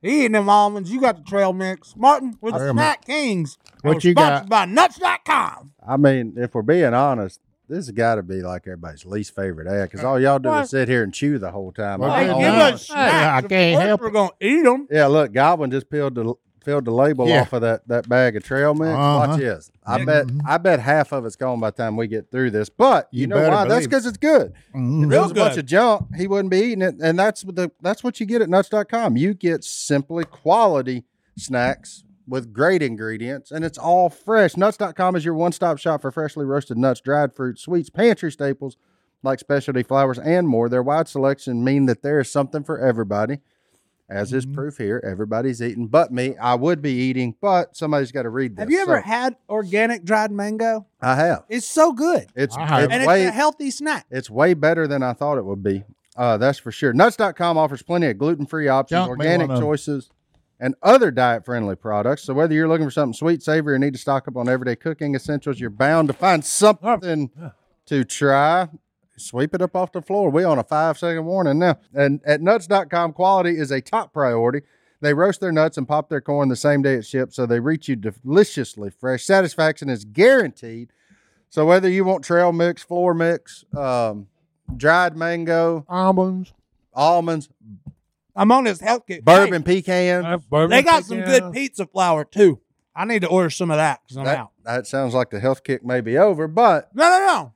He eating them almonds. You got the trail mix. Martin with the
Damn it.
Snack Kings.
What
We're
you
sponsored by nuts.com.
I mean, if we're being honest, this has got to be like everybody's least favorite ad because all y'all do is sit here and chew the whole time.
Well,
I'm
they
all
give
honest.
us- Yeah, I can't help
We're going to eat them.
yeah, look, Goblin just peeled the peeled the label
Yeah.
off of that, that bag of trail mix.
Uh-huh. Mm-hmm.
Watch this. I bet I bet half of it's gone by the time we get through this. But you,
You
know
better
why? That's
believe it.
because it's good. If it
Mhm.
was a bunch of junk, he wouldn't be eating it. And that's what the that's what you get at nuts.com. You get simply quality snacks with great ingredients and it's all fresh. Nuts.com is your one-stop shop for freshly roasted nuts, dried fruit, sweets, pantry staples like specialty flowers and more. Their wide selection mean that there is something for everybody. As is
Mm-hmm.
proof here, everybody's eating but me. I would be eating, but somebody's got to read this.
Have you ever
So,
had organic dried mango?
I have.
It's so good.
It's,
I have.
it's
and it's
way
a healthy snack.
it's way better than I thought it would be. Uh, that's for sure. Nuts.com offers plenty of gluten free options,
Junk me
organic
one of 'em.
choices, and other diet friendly products. So, whether you're looking for something sweet, savory, or need to stock up on everyday cooking essentials, you're bound to find something to try. Sweep it up off the floor. We on a five second warning now. And at nuts.com, quality is a top priority. They roast their nuts and pop their corn the same day it ships, so they reach you deliciously fresh. Satisfaction is guaranteed. So whether you want trail mix, floor mix, um, dried mango,
Almonds.
almonds,
I'm on this health kick.
bourbon pecan,
uh, bourbon
Hey, they got some
pecan.
good pizza flour too. I need to order some of that because I'm
that,
out.
that sounds like the health kick may be over, but
No, no, no.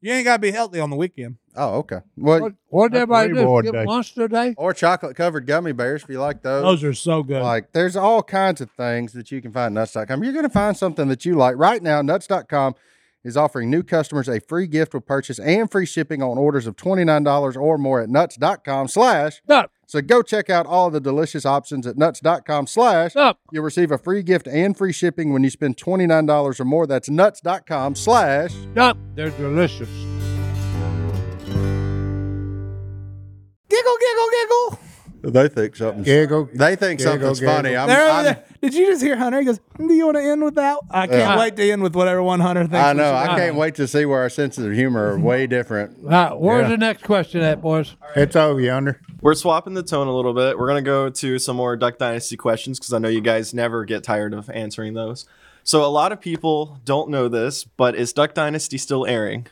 You ain't got to be healthy on the weekend.
oh okay. Well,
What, what'd
That's
everybody do?
reward
Get
day.
lunch today?
or chocolate covered gummy bears if you like those.
Those are so good.
Uh, Like, there's all kinds of things that you can find at nuts.com. You're going to find something that you like. Right now, nuts.com is offering new customers a free gift with purchase and free shipping on orders of $29 or more at nuts.com slash.
Nut.
So go check out all the delicious options at nuts.com slash.
Nut.
You'll receive a free gift and free shipping when you spend $29 or more. That's nuts.com slash.
Duck. They're delicious.
giggle, giggle, giggle.
They think something's,
Giggle.
they think
Giggle,
something's
giggle.
funny. I'm,
They're over
I'm-
there. Did you just hear Hunter? He goes, "Do you want to end with that?" I can't
Yeah.
wait to end with whatever one Hunter thinks.
I
we
know.
should
I
end.
can't wait to see where our senses of humor are way different.
All right, where's the next question at, boys?
It's over yonder.
We're swapping the tone a little bit. We're going to go to some more Duck Dynasty questions because I know you guys never get tired of answering those. So, a lot of people don't know this, but is Duck Dynasty still airing?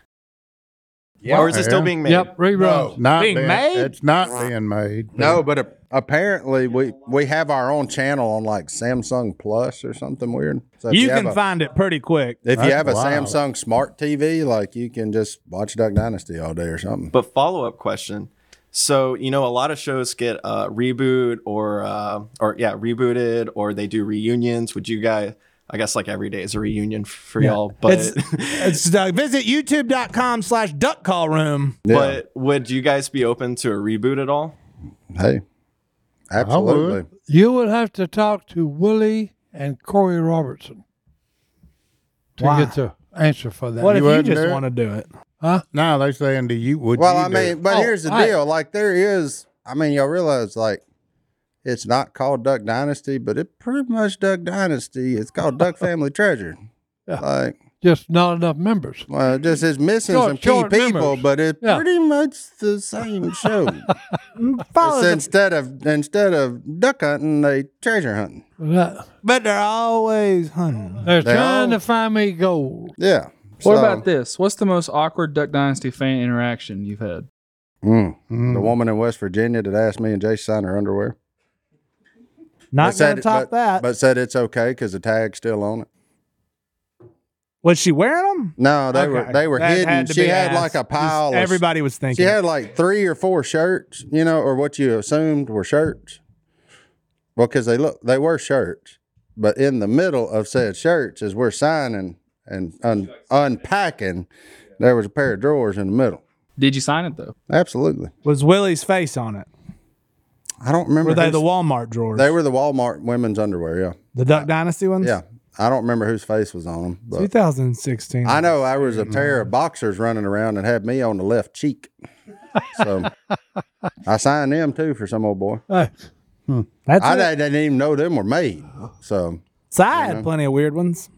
Yeah. Or is it still
Yeah.
being made?
Yep, reruns.
Not
Being
being
made?
It's not being made.
No, but ap- apparently we we have our own channel on like Samsung Plus or something weird. So if
You
have
can
a,
find it pretty quick.
if you
That's
have a
wild.
Samsung smart TV, like you can just watch Duck Dynasty all day or something.
But follow up question. So you know, a lot of shows get uh, reboot or uh, or yeah, rebooted, or they do reunions. Would you guys? I guess like every day is a reunion for y'all, but
It's- It's uh, visit youtube.com slash duck call room.
but would you guys be open to a reboot at all?
Hey, absolutely.
You would have to talk to Willie and Corey Robertson to
Why?
get the answer for that.
What
You
if you
wouldn't do
just
it?
want to do it?
Now they saying to you, would
Well,
you
I
do
mean,
it?
but
Oh,
here's the
I-
deal. Like there is, I mean, y'all realize like it's not called Duck Dynasty, but it pretty much Duck Dynasty. It's called Duck Family Treasure.
Yeah.
Like,
Just not enough members.
well, it just it's missing
Short-
some key
short
people,
memories.
but it's
Yeah.
pretty much the same show.
Oh,
Follow
It's
the-
instead of instead of duck hunting, they treasure hunting.
That-
but they're always hunting.
They're
They
trying
all-
to find me gold.
Yeah.
What
So,
about this? What's the most awkward Duck Dynasty fan interaction you've had?
mm,
Mm.
the woman in West Virginia that asked me and Jay to sign her underwear?
Not
But said
going to
it-
top
but-
that.
but said it's okay because the tag's still on it.
was she wearing them?
No, they
Okay.
were they were
That
hidden.
had to
she
be
had
asked.
like a
Just
pile. of-
Everybody was
She
thinking.
had like three or four shirts, you know, or what you assumed were shirts. Well, because they look they were shirts, but in the middle of said shirts, as we're signing and un, unpacking, there was a pair of drawers in the middle.
Did you sign it though?
Absolutely.
was Willie's face on it?
I don't remember.
Were they
whose-
the Walmart drawers?
They were the Walmart women's underwear.
the Duck Dynasty
Yeah,
ones.
yeah. I don't remember whose face was on them, but
2016.
I know I was a pair of boxers running around and had me on the left cheek. So I signed them too for some old boy.
Hey,
That's
I
it.
didn't, didn't even know them were made. So
So I had plenty of weird ones.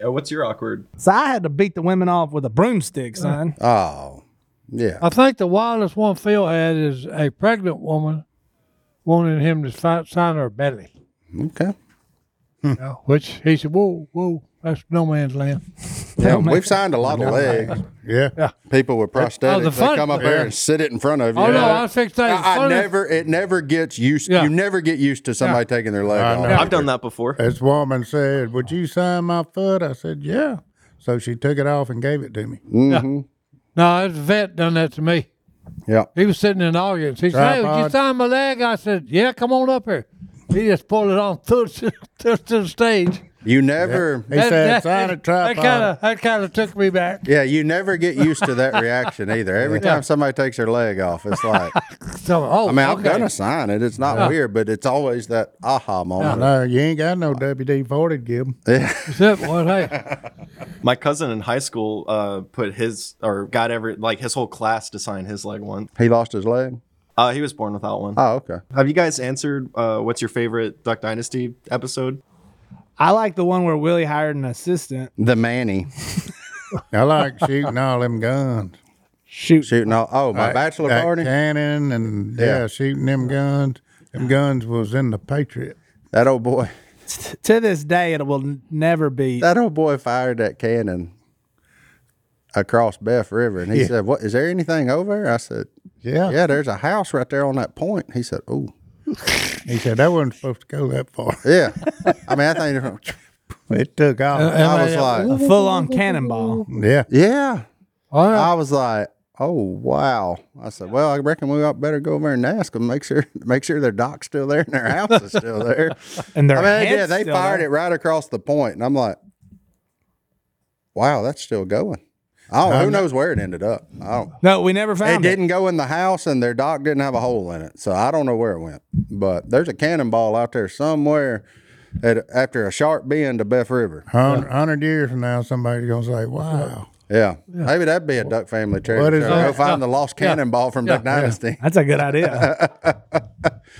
Yeah, Uh, what's your awkward?
So I had to beat the women off with a broomstick, son.
oh yeah,
I think the wildest one Phil had is a pregnant woman wanting him to fi- sign her belly,
okay.
you know, which he said, whoa, whoa. That's no man's land.
Yeah, we've signed a lot of legs.
Yeah.
People with prosthetics,
oh, the
they
fun-
come up there and
Yeah.
sit it in front of you.
Oh, no, I fixed that.
I, I
Funny-
never, it never gets used.
Yeah.
You never get used to somebody taking their leg
I
off.
know.
I've done that before.
This woman said, Would you sign my foot? I said, Yeah. So she took it off and gave it to me.
No, this vet done that to me.
Yeah.
He was sitting in the audience. He said, hey, would you
Tripod.
sign my leg? I said, yeah, come on up here. He just pulled it on through to, through to the stage.
You never,
He said, Sign a
That kind
tripod.
of that kind of took me back.
yeah, you never get used to that reaction either. Every time somebody takes their leg off, it's like,
So, oh,
I mean, I'm
okay.
gonna sign it. It's not weird, but it's always that aha moment.
No, you ain't got no WD 40 to give 'em.
Except, well, hey,
My cousin in high school uh, put his or got every like his whole class to sign his leg one.
He lost his leg.
Uh, he was born without one.
Oh, okay.
Have you guys answered uh, what's your favorite Duck Dynasty episode?
I like the one where Willie hired an assistant.
The Manny
I like shooting all them guns.
Shoot.
shooting all. Oh, my
That-
bachelor
that
party.
Cannon and yeah.
Yeah.
shooting them guns. Them guns was in the Patriot.
That old boy.
T- to this day, it will n- never be.
That old boy fired that cannon across Beth River, and he said, "What is there anything over?" there?" I said,
Yeah.
"Yeah, there's a house right there on that point." He said, "Oh,
He said, That wasn't supposed to go that far.
yeah." I mean, I think
It took off.
I was like,
a full-on cannonball.
yeah.
"Yeah."
all right.
I was like, "Oh wow!" I said, "Well, I reckon we ought better go over and ask them, make sure make sure their dock's still there and their house is still there."
And their
I mean, yeah,
heads
they
still
fired
there.
it right across the point, and I'm like, "Wow, that's still going." I don't, who knows where it ended up? I don't.
No, we never
It
found it.
didn't go in the house, and their dock didn't have a hole in it, so I don't know where it went. But there's a cannonball out there somewhere. At, after a sharp bend to Beth River,
Hundred, hundred years from now, somebody's gonna say, "Wow,
yeah, maybe that'd be a duck family treasure.
What is
trove.
that?
Go find the lost cannonball from Duck Dynasty.
That's a good idea.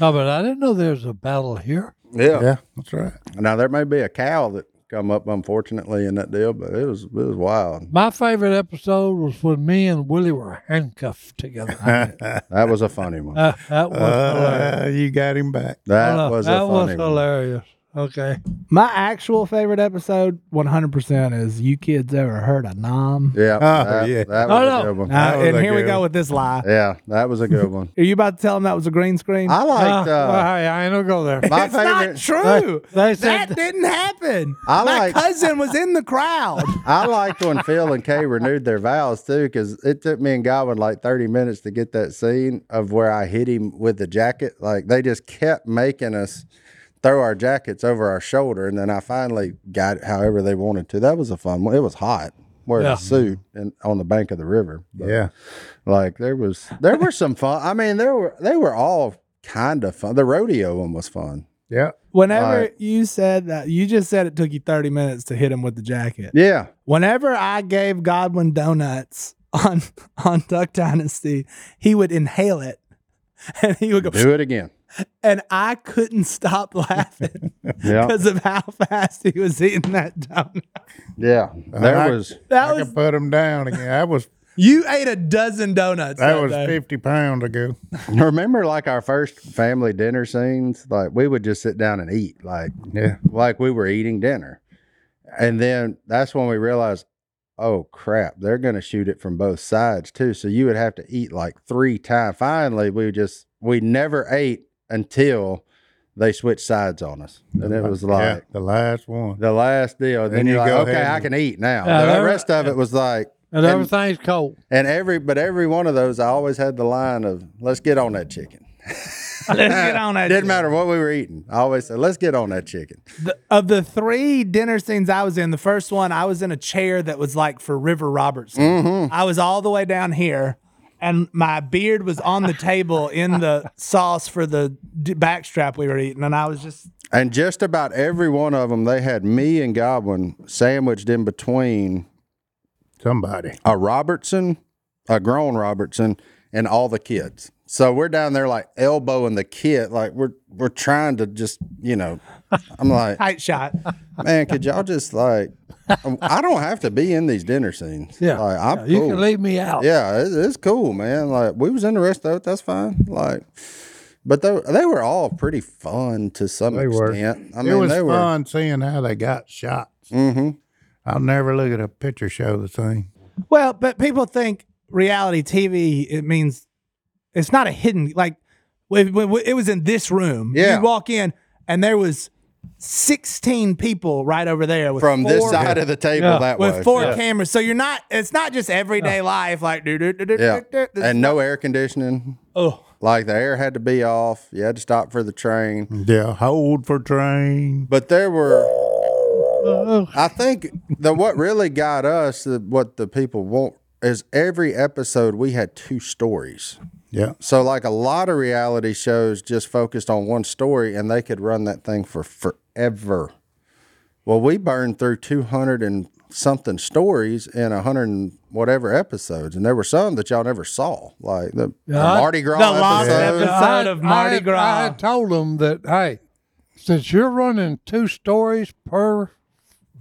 No, but I didn't know there was a battle here.
Yeah.
yeah, that's right."
Now there may be a cow that come up unfortunately in that deal, but it was it was wild.
My favorite episode was when me and Willie were handcuffed together.
Uh,
that
That was a funny one.
that was hilarious.
Uh, you got him back.
That was a
that was
funny one.
hilarious. Okay.
My actual favorite episode, 100%, is You Kids Ever Heard of Nom?
Yeah.
Oh,
that,
yeah.
that
No,
was
no.
a good one.
Uh,
That was
and
a
here we
good
go
one.
with this lie.
yeah, that was a good one.
Are you about to tell them that was a green screen?
I liked
Uh, well,
uh,
hey, I ain't gonna go there.
my
it's
favorite
not true.
They said-
that didn't happen.
I
My
like-
cousin was in the crowd.
I liked when Phil and Kay renewed their vows too, because it took me and Godwin like 30 minutes to get that scene of where I hit him with the jacket. Like they just kept making us throw our jackets over our shoulder. And then I finally got it however they wanted to. That was a fun one. It was hot wearing
Yeah.
a suit and on the bank of the river. But,
Yeah,
Like there was, there were some fun. I mean, there were, they were all kind of fun. The rodeo one was fun.
yeah.
Whenever
Right.
you said that, you just said it took you 30 minutes to hit him with the jacket.
Yeah.
Whenever I gave Godwin donuts on on Duck Dynasty, he would inhale it and he would go,
Do it again.
and I couldn't stop laughing
Yeah.
because of how fast he was eating that donut.
Yeah.
I-
There was,
That
I
was
can put him down again. That was
you ate a dozen donuts. That,
that was
day.
fifty pounds ago.
Remember, like our first family dinner scenes, like we would just sit down and eat, like
Yeah,
like we were eating dinner, and then that's when we realized, oh crap, they're gonna shoot it from both sides too. So you would have to eat like three times. Finally, we just we never ate until they switched sides on us, and it was like
yeah. The last one.
the last deal. Then,
Then
you're
you
like,
go
okay,
ahead
I
and-
can eat now.
Yeah,
the
there-
rest of it was like.
And, everything's cold.
And every but every one of those, I always had the line of "Let's get on that chicken."
Let's get on that.
Didn't matter what we were eating. I always said, "Let's get on that chicken."
The- of the three dinner scenes I was in, the first one I was in a chair that was like for River Robertson.
Mm-hmm.
I was all the way down here, and my beard was on the table in the sauce for the d- backstrap we were eating, and I was just
And just about every one of them, they had me and Godwin sandwiched in between
Somebody.
a Robertson, a grown Robertson, and all the kids. So we're down there like elbowing the kid, like we're we're trying to just you know. I'm like,
tight shot.
man, could y'all just like? I don't have to be in these dinner scenes.
Yeah.
like, I'm
You
cool.
can leave me out.
Yeah, it, it's cool, man. Like we was in the rest of it. That's fine. Like, but they, they were all pretty fun to some
They were.
extent. I
it
mean,
was
they were.
fun seeing how they got shot.
Mm-hmm.
I'll never look at a picture show the same.
Well, but people think reality TV it means it's not a hidden like when- when- when it was in this room.
Yeah.
you walk in and there was sixteen people right over there with
from this
four-
side of the table
Yeah.
that way.
with four
Yeah.
cameras. So you're not. It's not just everyday life like do do do do
Yeah.
do do. This-
and no air conditioning.
Oh,
Like the air had to be off. You had to stop for the train.
Yeah, hold for train.
But there were, I think, the what really got us, the, what the people want, is every episode we had two stories.
Yeah,
So, like a lot of reality shows just focused on one story and they could run that thing for forever. Well, we burned through 200 and something stories in 100 and whatever episodes. And there were some that y'all never saw, like the, the
Yeah, I-
Mardi Gras
the lost
episode.
episode. Side of Mardi
I had-
Gras.
I had told them that, hey, since you're running two stories per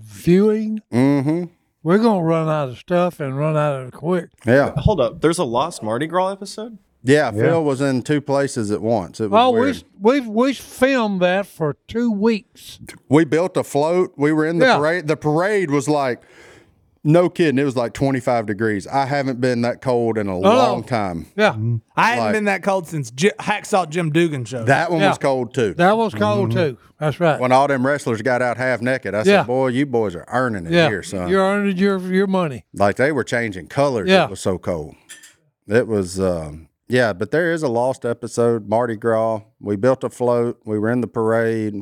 viewing,
Mm-hmm.
we're going to run out of stuff and run out of it quick.
Yeah.
Hold up, there's a lost Mardi Gras episode.
Yeah. Phil was in two places at once. It was
Oh, we,
weird.
s- we, we filmed that for two weeks.
we built a float. We were in the
Yeah.
parade. The parade was like, no kidding, it was like 25 degrees. I haven't been that cold
Oh.
in a long time.
Yeah.
I hadn't
Like-
been that cold since J- Hacksaw Jim Dugan showed. up.
That one
Yeah.
was cold too.
That was cold,
Mm-hmm.
too. That's right.
when all them wrestlers got out half naked, I
Yeah.
said, "Boy, you boys are earning it
yeah.
here, son."
You earned your, your money.
like they were changing colors.
Yeah.
It was so cold. It was, um, yeah. But there is a lost episode, Mardi Gras. We built a float. We were in the parade.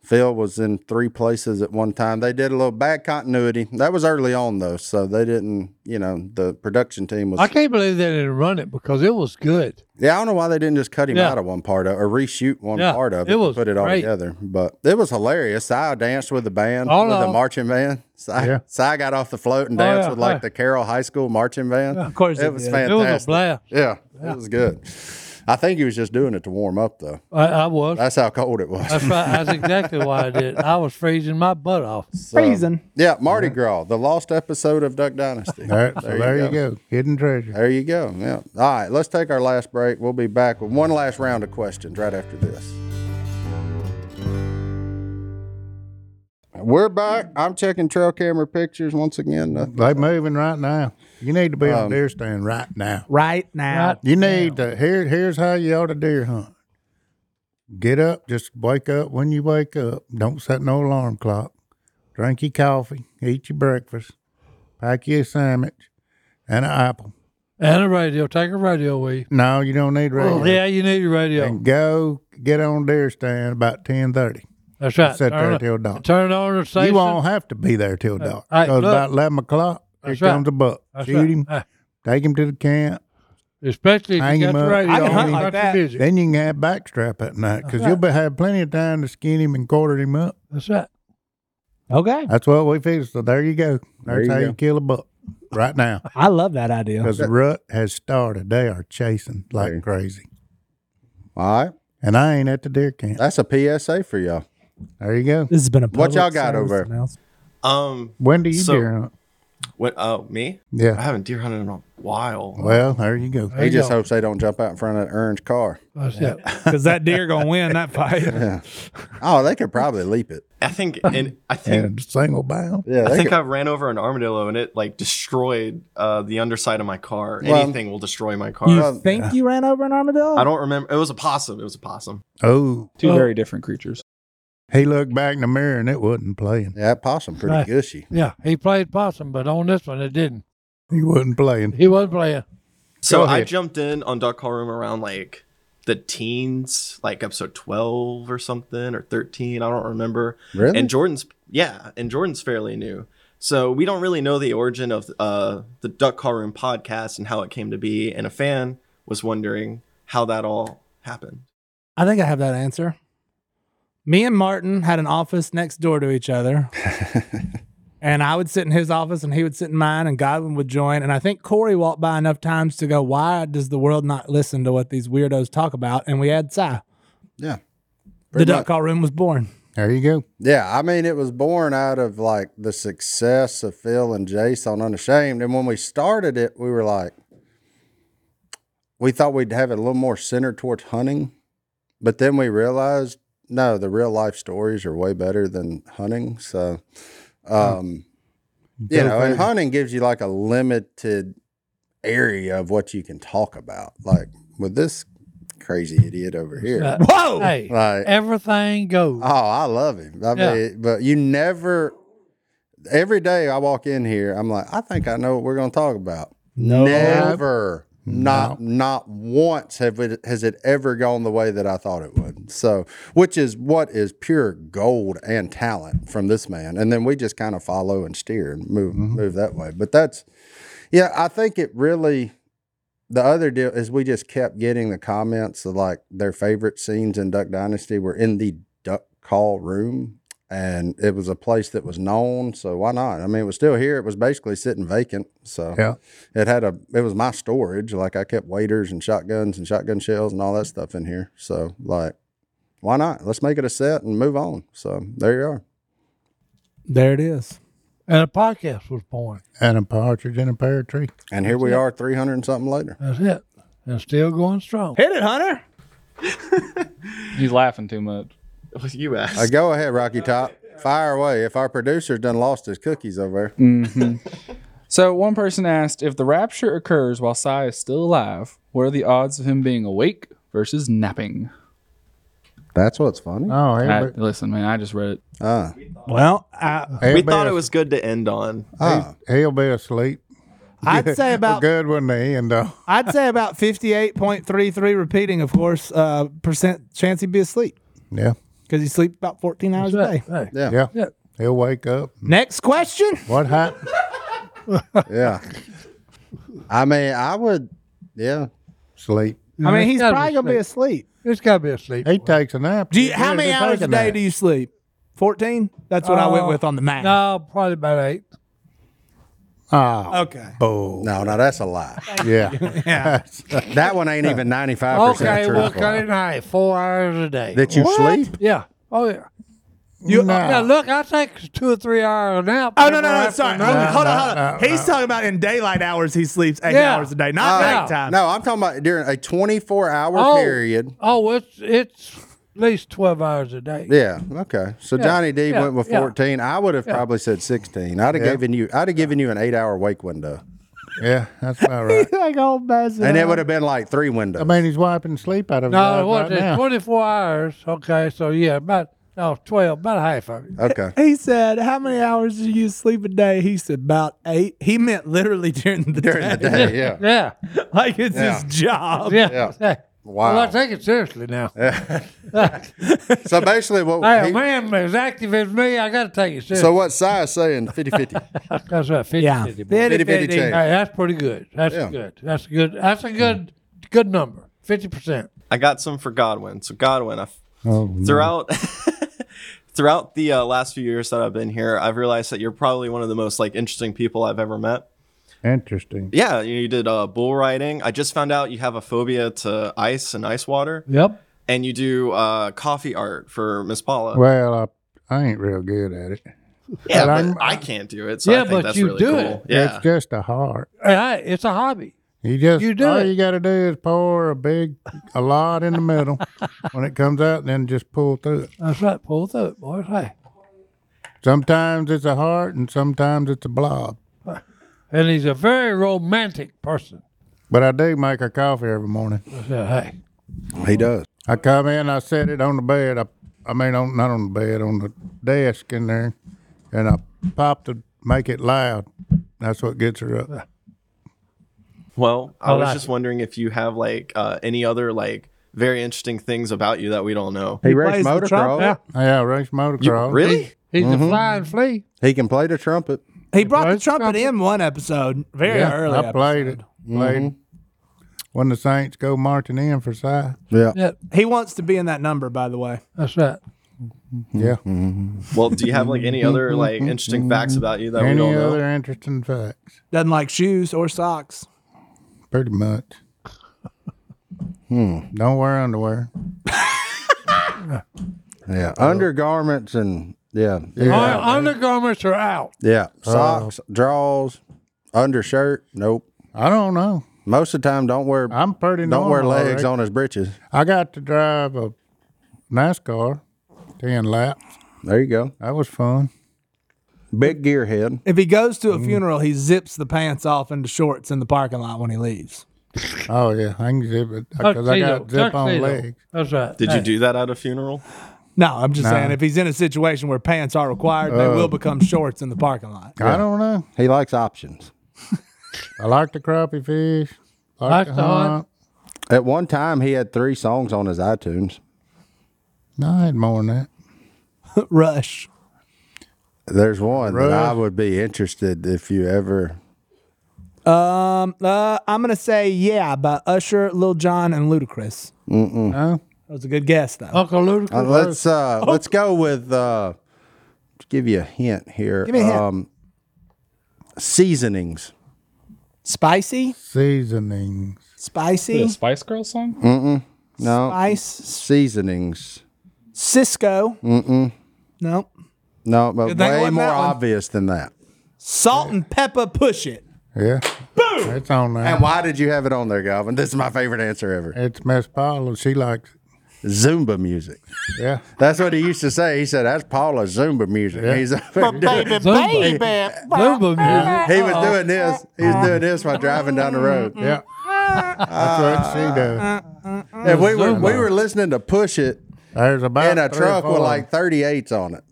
Phil was in three places at one time. They did a little bad continuity. That was early on though, so they didn't. You know, the production team was.
I can't believe they didn't run it because it was good.
Yeah, I don't know why they didn't just cut him
Yeah.
out of one part of or reshoot one
Yeah,
part of
it
it, and
was
put it all
great.
together. But it was hilarious. I danced with the band,
Oh,
with
no. Oh,
the marching band. So I,
Yeah.
so I got off the float and danced
yeah,
with like
yeah.
the Carroll High School marching band.
Of course
it
it
was
did.
It was a
fantastic.
blast.
yeah, it was good. I think he was just doing it to warm up though.
I, I was.
That's how cold it was.
That's right. That's exactly why I did. it. I was freezing my butt off.
So,
Freezing.
Yeah, Mardi Gras, the lost episode of Duck Dynasty.
there, so there, you, go. Hidden treasure.
There you go. Yeah. All right, let's take our last break. We'll be back with one last round of questions right after this. We're back. I'm checking trail camera pictures once again. Uh, Nothing.
They moving right now. You need to be on deer stand right now.
Right now,
You need to here. Here's how you ought to deer hunt. Get up. Just wake up when you wake up. Don't set no alarm clock. Drink your coffee. Eat your breakfast. Pack you a sandwich and an apple.
And a radio. Take a radio with you.
No, you don't need radio.
Oh, Yeah, you need your radio.
And go get on deer stand about ten thirty.
That's right.
Sit
Turn
there
it-
till dawn.
Turn it on the station. Uh,
You won't have to be there till dark.
Hey,
Because
look.
about eleven o'clock, here
That's right.
comes a buck.
That's
Shoot
right.
him.
Hey,
Take him to the camp.
Especially if
Hang
you
him
got the
up.
radio
I
can
on,
hunt
you
like
got the
that.
music.
Then you can have backstrap at night because you'll be, have plenty of time to skin him and quarter him up.
That's right.
okay,
That's what we figured. So there you go.
There
That's
you
how
go.
you kill a buck right now
I love that idea.
because the rut has started. They are chasing like
Right.
crazy.
All right.
And I ain't at the deer camp.
That's a PSA for y'all.
There you go.
This has been a
What
public
y'all got
service
over?
announcement.
Um,
When do you
So-
deer hunt?
what? Oh, me? I
Yeah.
haven't deer hunted in a while.
Well, there you go.
There
He
you
just
go.
hopes they don't jump out in front of that orange car.
That's it.
because that deer gonna win that fight.
Oh, they could probably leap it.
I think, and I think
And a single bound.
Yeah.
I
they
think
could-
I ran over an armadillo and it like destroyed uh, the underside of my car.
Well- um,
Anything will destroy my car.
You think you ran over an armadillo?
I don't remember. It was a possum. It was a possum.
Oh,
Two very different creatures.
he looked back in the mirror and it wasn't playing.
yeah, that possum pretty
Right.
gushy.
Yeah, he played possum, but on this one it didn't.
He wasn't playing.
He was playing.
So I
ahead.
jumped in on Duck Call Room around like the teens, like episode 12 or something or 13. I don't remember.
Really?
And Jordan's, yeah, and Jordan's fairly new. So we don't really know the origin of uh, the Duck Call Room podcast and how it came to be. And a fan was wondering how that all happened.
I think I have that answer. Me and Martin had an office next door to each other. and I would sit in his office and he would sit in mine and Godwin would join. And I think Corey walked by enough times to go, Why does the world not listen to what these weirdos talk about? And we had Psy.
Yeah.
The
Pretty
duck
much.
call room was born.
There you go.
Yeah, I mean, it was born out of like the success of Phil and Jace on Unashamed. And when we started it, we were like, we thought we'd have it a little more centered towards hunting. But then we realized, no, the real life stories are way better than hunting. So um, you know, and hunting gives you like a limited area of what you can talk about. Like with this crazy idiot over here.
Oh,
Whoa! Hey,
Like,
everything goes.
Uh,
oh, I love him. I
Yeah.
mean, but you never. Every day I walk in here, I'm like, I think I know what we're going to talk about.
No.
Never, not not once have it has it ever gone the way that I thought it would. So, which is what is pure gold and talent from this man. And then we just kind of follow and steer and move move that way. But that's yeah, I think it really the other deal is we just kept getting the comments of like their favorite scenes in Duck Dynasty were in the duck call room. And it was a place that was known, so why not? I mean, it was still here. It was basically sitting vacant, so
Yeah.
it had a it was my storage. Like I kept waders and shotguns and shotgun shells and all that stuff in here. So like, why not? Let's make it a set and move on. So there you are.
There it is.
And a podcast was born.
And a partridge in a pear tree.
And here we are, three hundred and something later.
That's it. And still going strong.
Hit it, Hunter.
He's laughing too much.
You asked.
Uh, go ahead, Rocky Top. Fire away. If our producer's done lost his cookies over there,
So one person asked if the rapture occurs while Sai is still alive, what are the odds of him being awake versus napping?
that's what's funny.
Uh,
Oh,
I-
everybody,
listen, man, I just read it.
Ah,
Well, I,
we
everybody-
thought it was good to end on.
ah.
he'll be asleep.
I'd say about
good when they end though.
I'd say about fifty-eight point three three repeating, of course, uh, percent chance he'd be asleep
Yeah,
because he sleeps about fourteen hours a day.
Hey,
yeah, yeah.
yeah. He'll wake up.
Next question.
What happened?
I mean, I would. Yeah,
Sleep.
I mean, he's
Gotta be
probably gonna be asleep.
it's got to be asleep.
He takes a nap.
Do you, how many
He
hours
take
a day
nap.
do you sleep? Fourteen. That's what I went
Uh,
with on the math.
No, probably about eight.
Oh,
Okay.
bull.
no, no, that's a lie.
Yeah.
Yeah.
That one ain't even ninety five
Okay,
percent
we'll
truthful.
cut it in half. Four hours a day.
That you sleep?
yeah. Oh yeah. uh,
You
Now look, I take two or three hour nap.
Oh no
every
no no! Sorry,
afternoon.
hold on, hold
no,
on.
no,
He's talking about in daylight hours. He sleeps eight
Yeah.
hours a day, not
Uh,
nighttime.
No, I'm talking about during a twenty four hour
Oh.
period.
Oh, it's it's at least twelve hours a day.
Yeah. Okay. So Johnny D
yeah,
went with
yeah.
fourteen. I would have probably said sixteen. I'd have given you. I'd have given you an eight-hour wake window,
Yeah, that's about right.
like old Basil.
and it would have been like three windows.
I mean, he's wiping sleep out of his
No,
eyes
what?
right now.
Twenty four hours. Okay, so yeah, about no twelve, about half of it.
okay.
He said, "How many hours do you sleep a day?" He said, "About eight. He meant literally during the
During the
day,
day. Yeah.
Yeah,
like it's
Yeah.
his job.
yeah.
Yeah.
Hey, Well, I
Wow.
take it seriously now.
So basically, what?
Hey, a
He,
man as active as me, I got to take it seriously.
so what? Si is saying 50-50.
that's right, 50,
Yeah.
50, boy.
Fifty,
50-50
fifty.
chance.
Hey, that's pretty good. That's
Yeah.
good. That's good. That's a good good number. Fifty percent.
I got some for Godwin. So Godwin, I f-
Oh, no.
throughout throughout the uh, last few years that I've been here, I've realized that you're probably one of the most like interesting people I've ever met.
Interesting.
Yeah, you you did uh, bull riding. I just found out you have a phobia to ice and ice water,
Yep.
and you do uh, coffee art for Miss Paula.
Well, I, I ain't real good at it.
yeah,
but
but
I'm-
I can't do it. So
Yeah,
I think
but
that's
you
really
do
cool.
it.
Yeah,
It's just a heart.
Hey, it's a hobby.
You just
You do
all
it.
you got to do is pour a big a lot in the middle. when it comes out, then just pull through it.
That's right. Pull through it, boys. Hey,
Sometimes it's a heart, and sometimes it's a blob.
and he's a very romantic person.
But I do make a coffee every morning.
I said, hey,
he does.
I come in, I set it on the bed. I, I mean, on, not on the bed, on the desk in there, and I pop to make it loud. That's what gets her up.
Well, I,
I
was
like
just
it.
wondering if you have like uh, any other like very interesting things about you that we don't know.
He,
plays
raced
the
motocross.
trumpet.
Yeah, I race motocross.
Really?
he's
Mm-hmm.
a flying flea.
He can play the trumpet.
He brought the
plays
trumpet,
trumpet.
in one episode, very
Yeah,
early.
I played it. Played it. when the Saints go marching in for Si.
Yeah.
Yeah,
He wants to be in that number, by the way.
that's right.
Yeah.
Well, do you have like any other like interesting facts about you that we
Any
don't know?
other interesting facts?
Doesn't like shoes or socks.
Pretty much. Don't wear underwear.
Yeah. Undergarments and yeah.
Our
Yeah.
undergarments are out.
Yeah.
Oh.
Socks, drawers, undershirt. Nope.
I don't know.
Most of the time, don't wear.
I'm pretty.
don't wear
normal, I
legs
reckon.
on his britches.
I got to drive a NASCAR ten laps.
There you go.
That was fun.
Big gearhead.
If he goes to a funeral, he zips the pants off into shorts in the parking lot when he leaves.
Oh yeah, I can zip it because I
Tuxedo,
got zip on
tuxedo.
legs.
That's right.
Did you do that at a funeral?
No, I'm just saying if he's in a situation where pants are required, they will become shorts in the parking lot.
I don't know.
He likes options.
I like the crappie fish.
Like the hunt.
At one time, he had three songs on his iTunes.
No, I had more than that.
Rush.
There's one that I
Rush.
would be interested if you ever.
Um, uh, I'm gonna say yeah by Usher, Lil Jon, and Ludacris.
Mm.
No,
That was a good guess though.
Uncle Ludacris.
Uh, let's uh,
Oh.
let's go with. Uh, to give you a hint here.
me a hint.
Um, seasonings.
Spicy,
seasonings.
The
spicy,
Spice Girl song?
No
spice.
seasonings.
Cisco. Mm-mm. No.
No, but
Good thing it
way
wasn't
more
that one.
obvious than that.
Salt and pepper. Push it.
Yeah, boom. It's on there.
And why did you have it on there, Galvin? This is my favorite answer ever.
It's Miss Paula. She likes it.
Zumba music.
Yeah.
That's what he used to say. He said, "That's Paula's Zumba music." He's
Baby,
Zumba.
baby.
Zumba music.
He was doing this. He was doing this while driving down the road.
Yeah. That's what
Uh,
she does.
And we were we were listening to push it
There's about
in a
three or
truck with
four.
like 38s on it.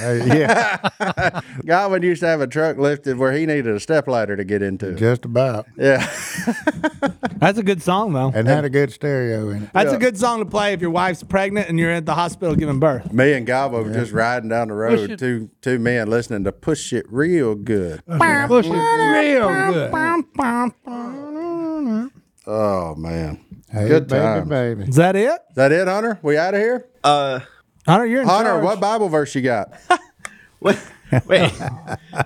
Hey, yeah,
Godwin used to have a truck lifted where he needed a stepladder to get into. it.
just about,
Yeah.
That's a good song though.
and had a good stereo in it.
That's a good song to play if your wife's pregnant and you're at the hospital giving birth.
Me and Godwin were just riding down the road,
it.
two two men listening to push it real good.
Push it real good.
Oh man.
Hey,
Good
baby,
times.
baby.
Is that it?
Is that it, Hunter? We out of here?
Uh,
Hunter, you're in
Hunter,
charge.
what Bible verse you got?
wait, wait.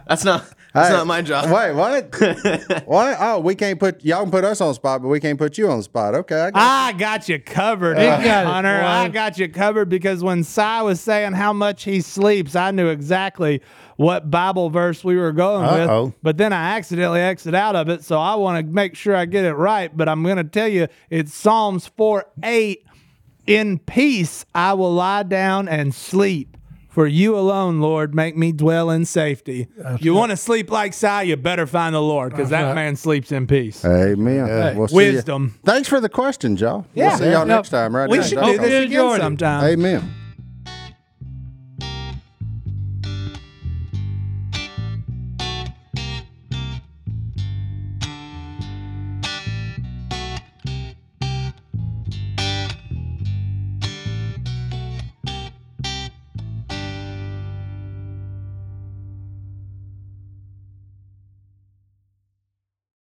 that's not that's
Hey,
not my job.
Wait, what? what? Oh, we can't put y'all can put us on the spot, but we can't put you on the spot. Okay, I got
I got you covered,
He got it,
Hunter.
boy.
I got you covered because when Cy was saying how much he sleeps, I knew exactly what Bible verse we were going
Uh-oh.
with. But then I accidentally exit out of it, so I want to make sure I get it right. But I'm going to tell you, it's Psalms 4 8. In peace I will lie down and sleep. For you alone, Lord, make me dwell in safety. you want to sleep like Cy, you better find the Lord, because that man sleeps in peace.
Amen. We'll see ya.
Wisdom.
Thanks for the questions, y'all.
Yeah.
We'll see y'all
Yep.
next time, right?
We
here on
should do
Duck Call.
this
Hope you
again
enjoyed it.
sometime.
Amen.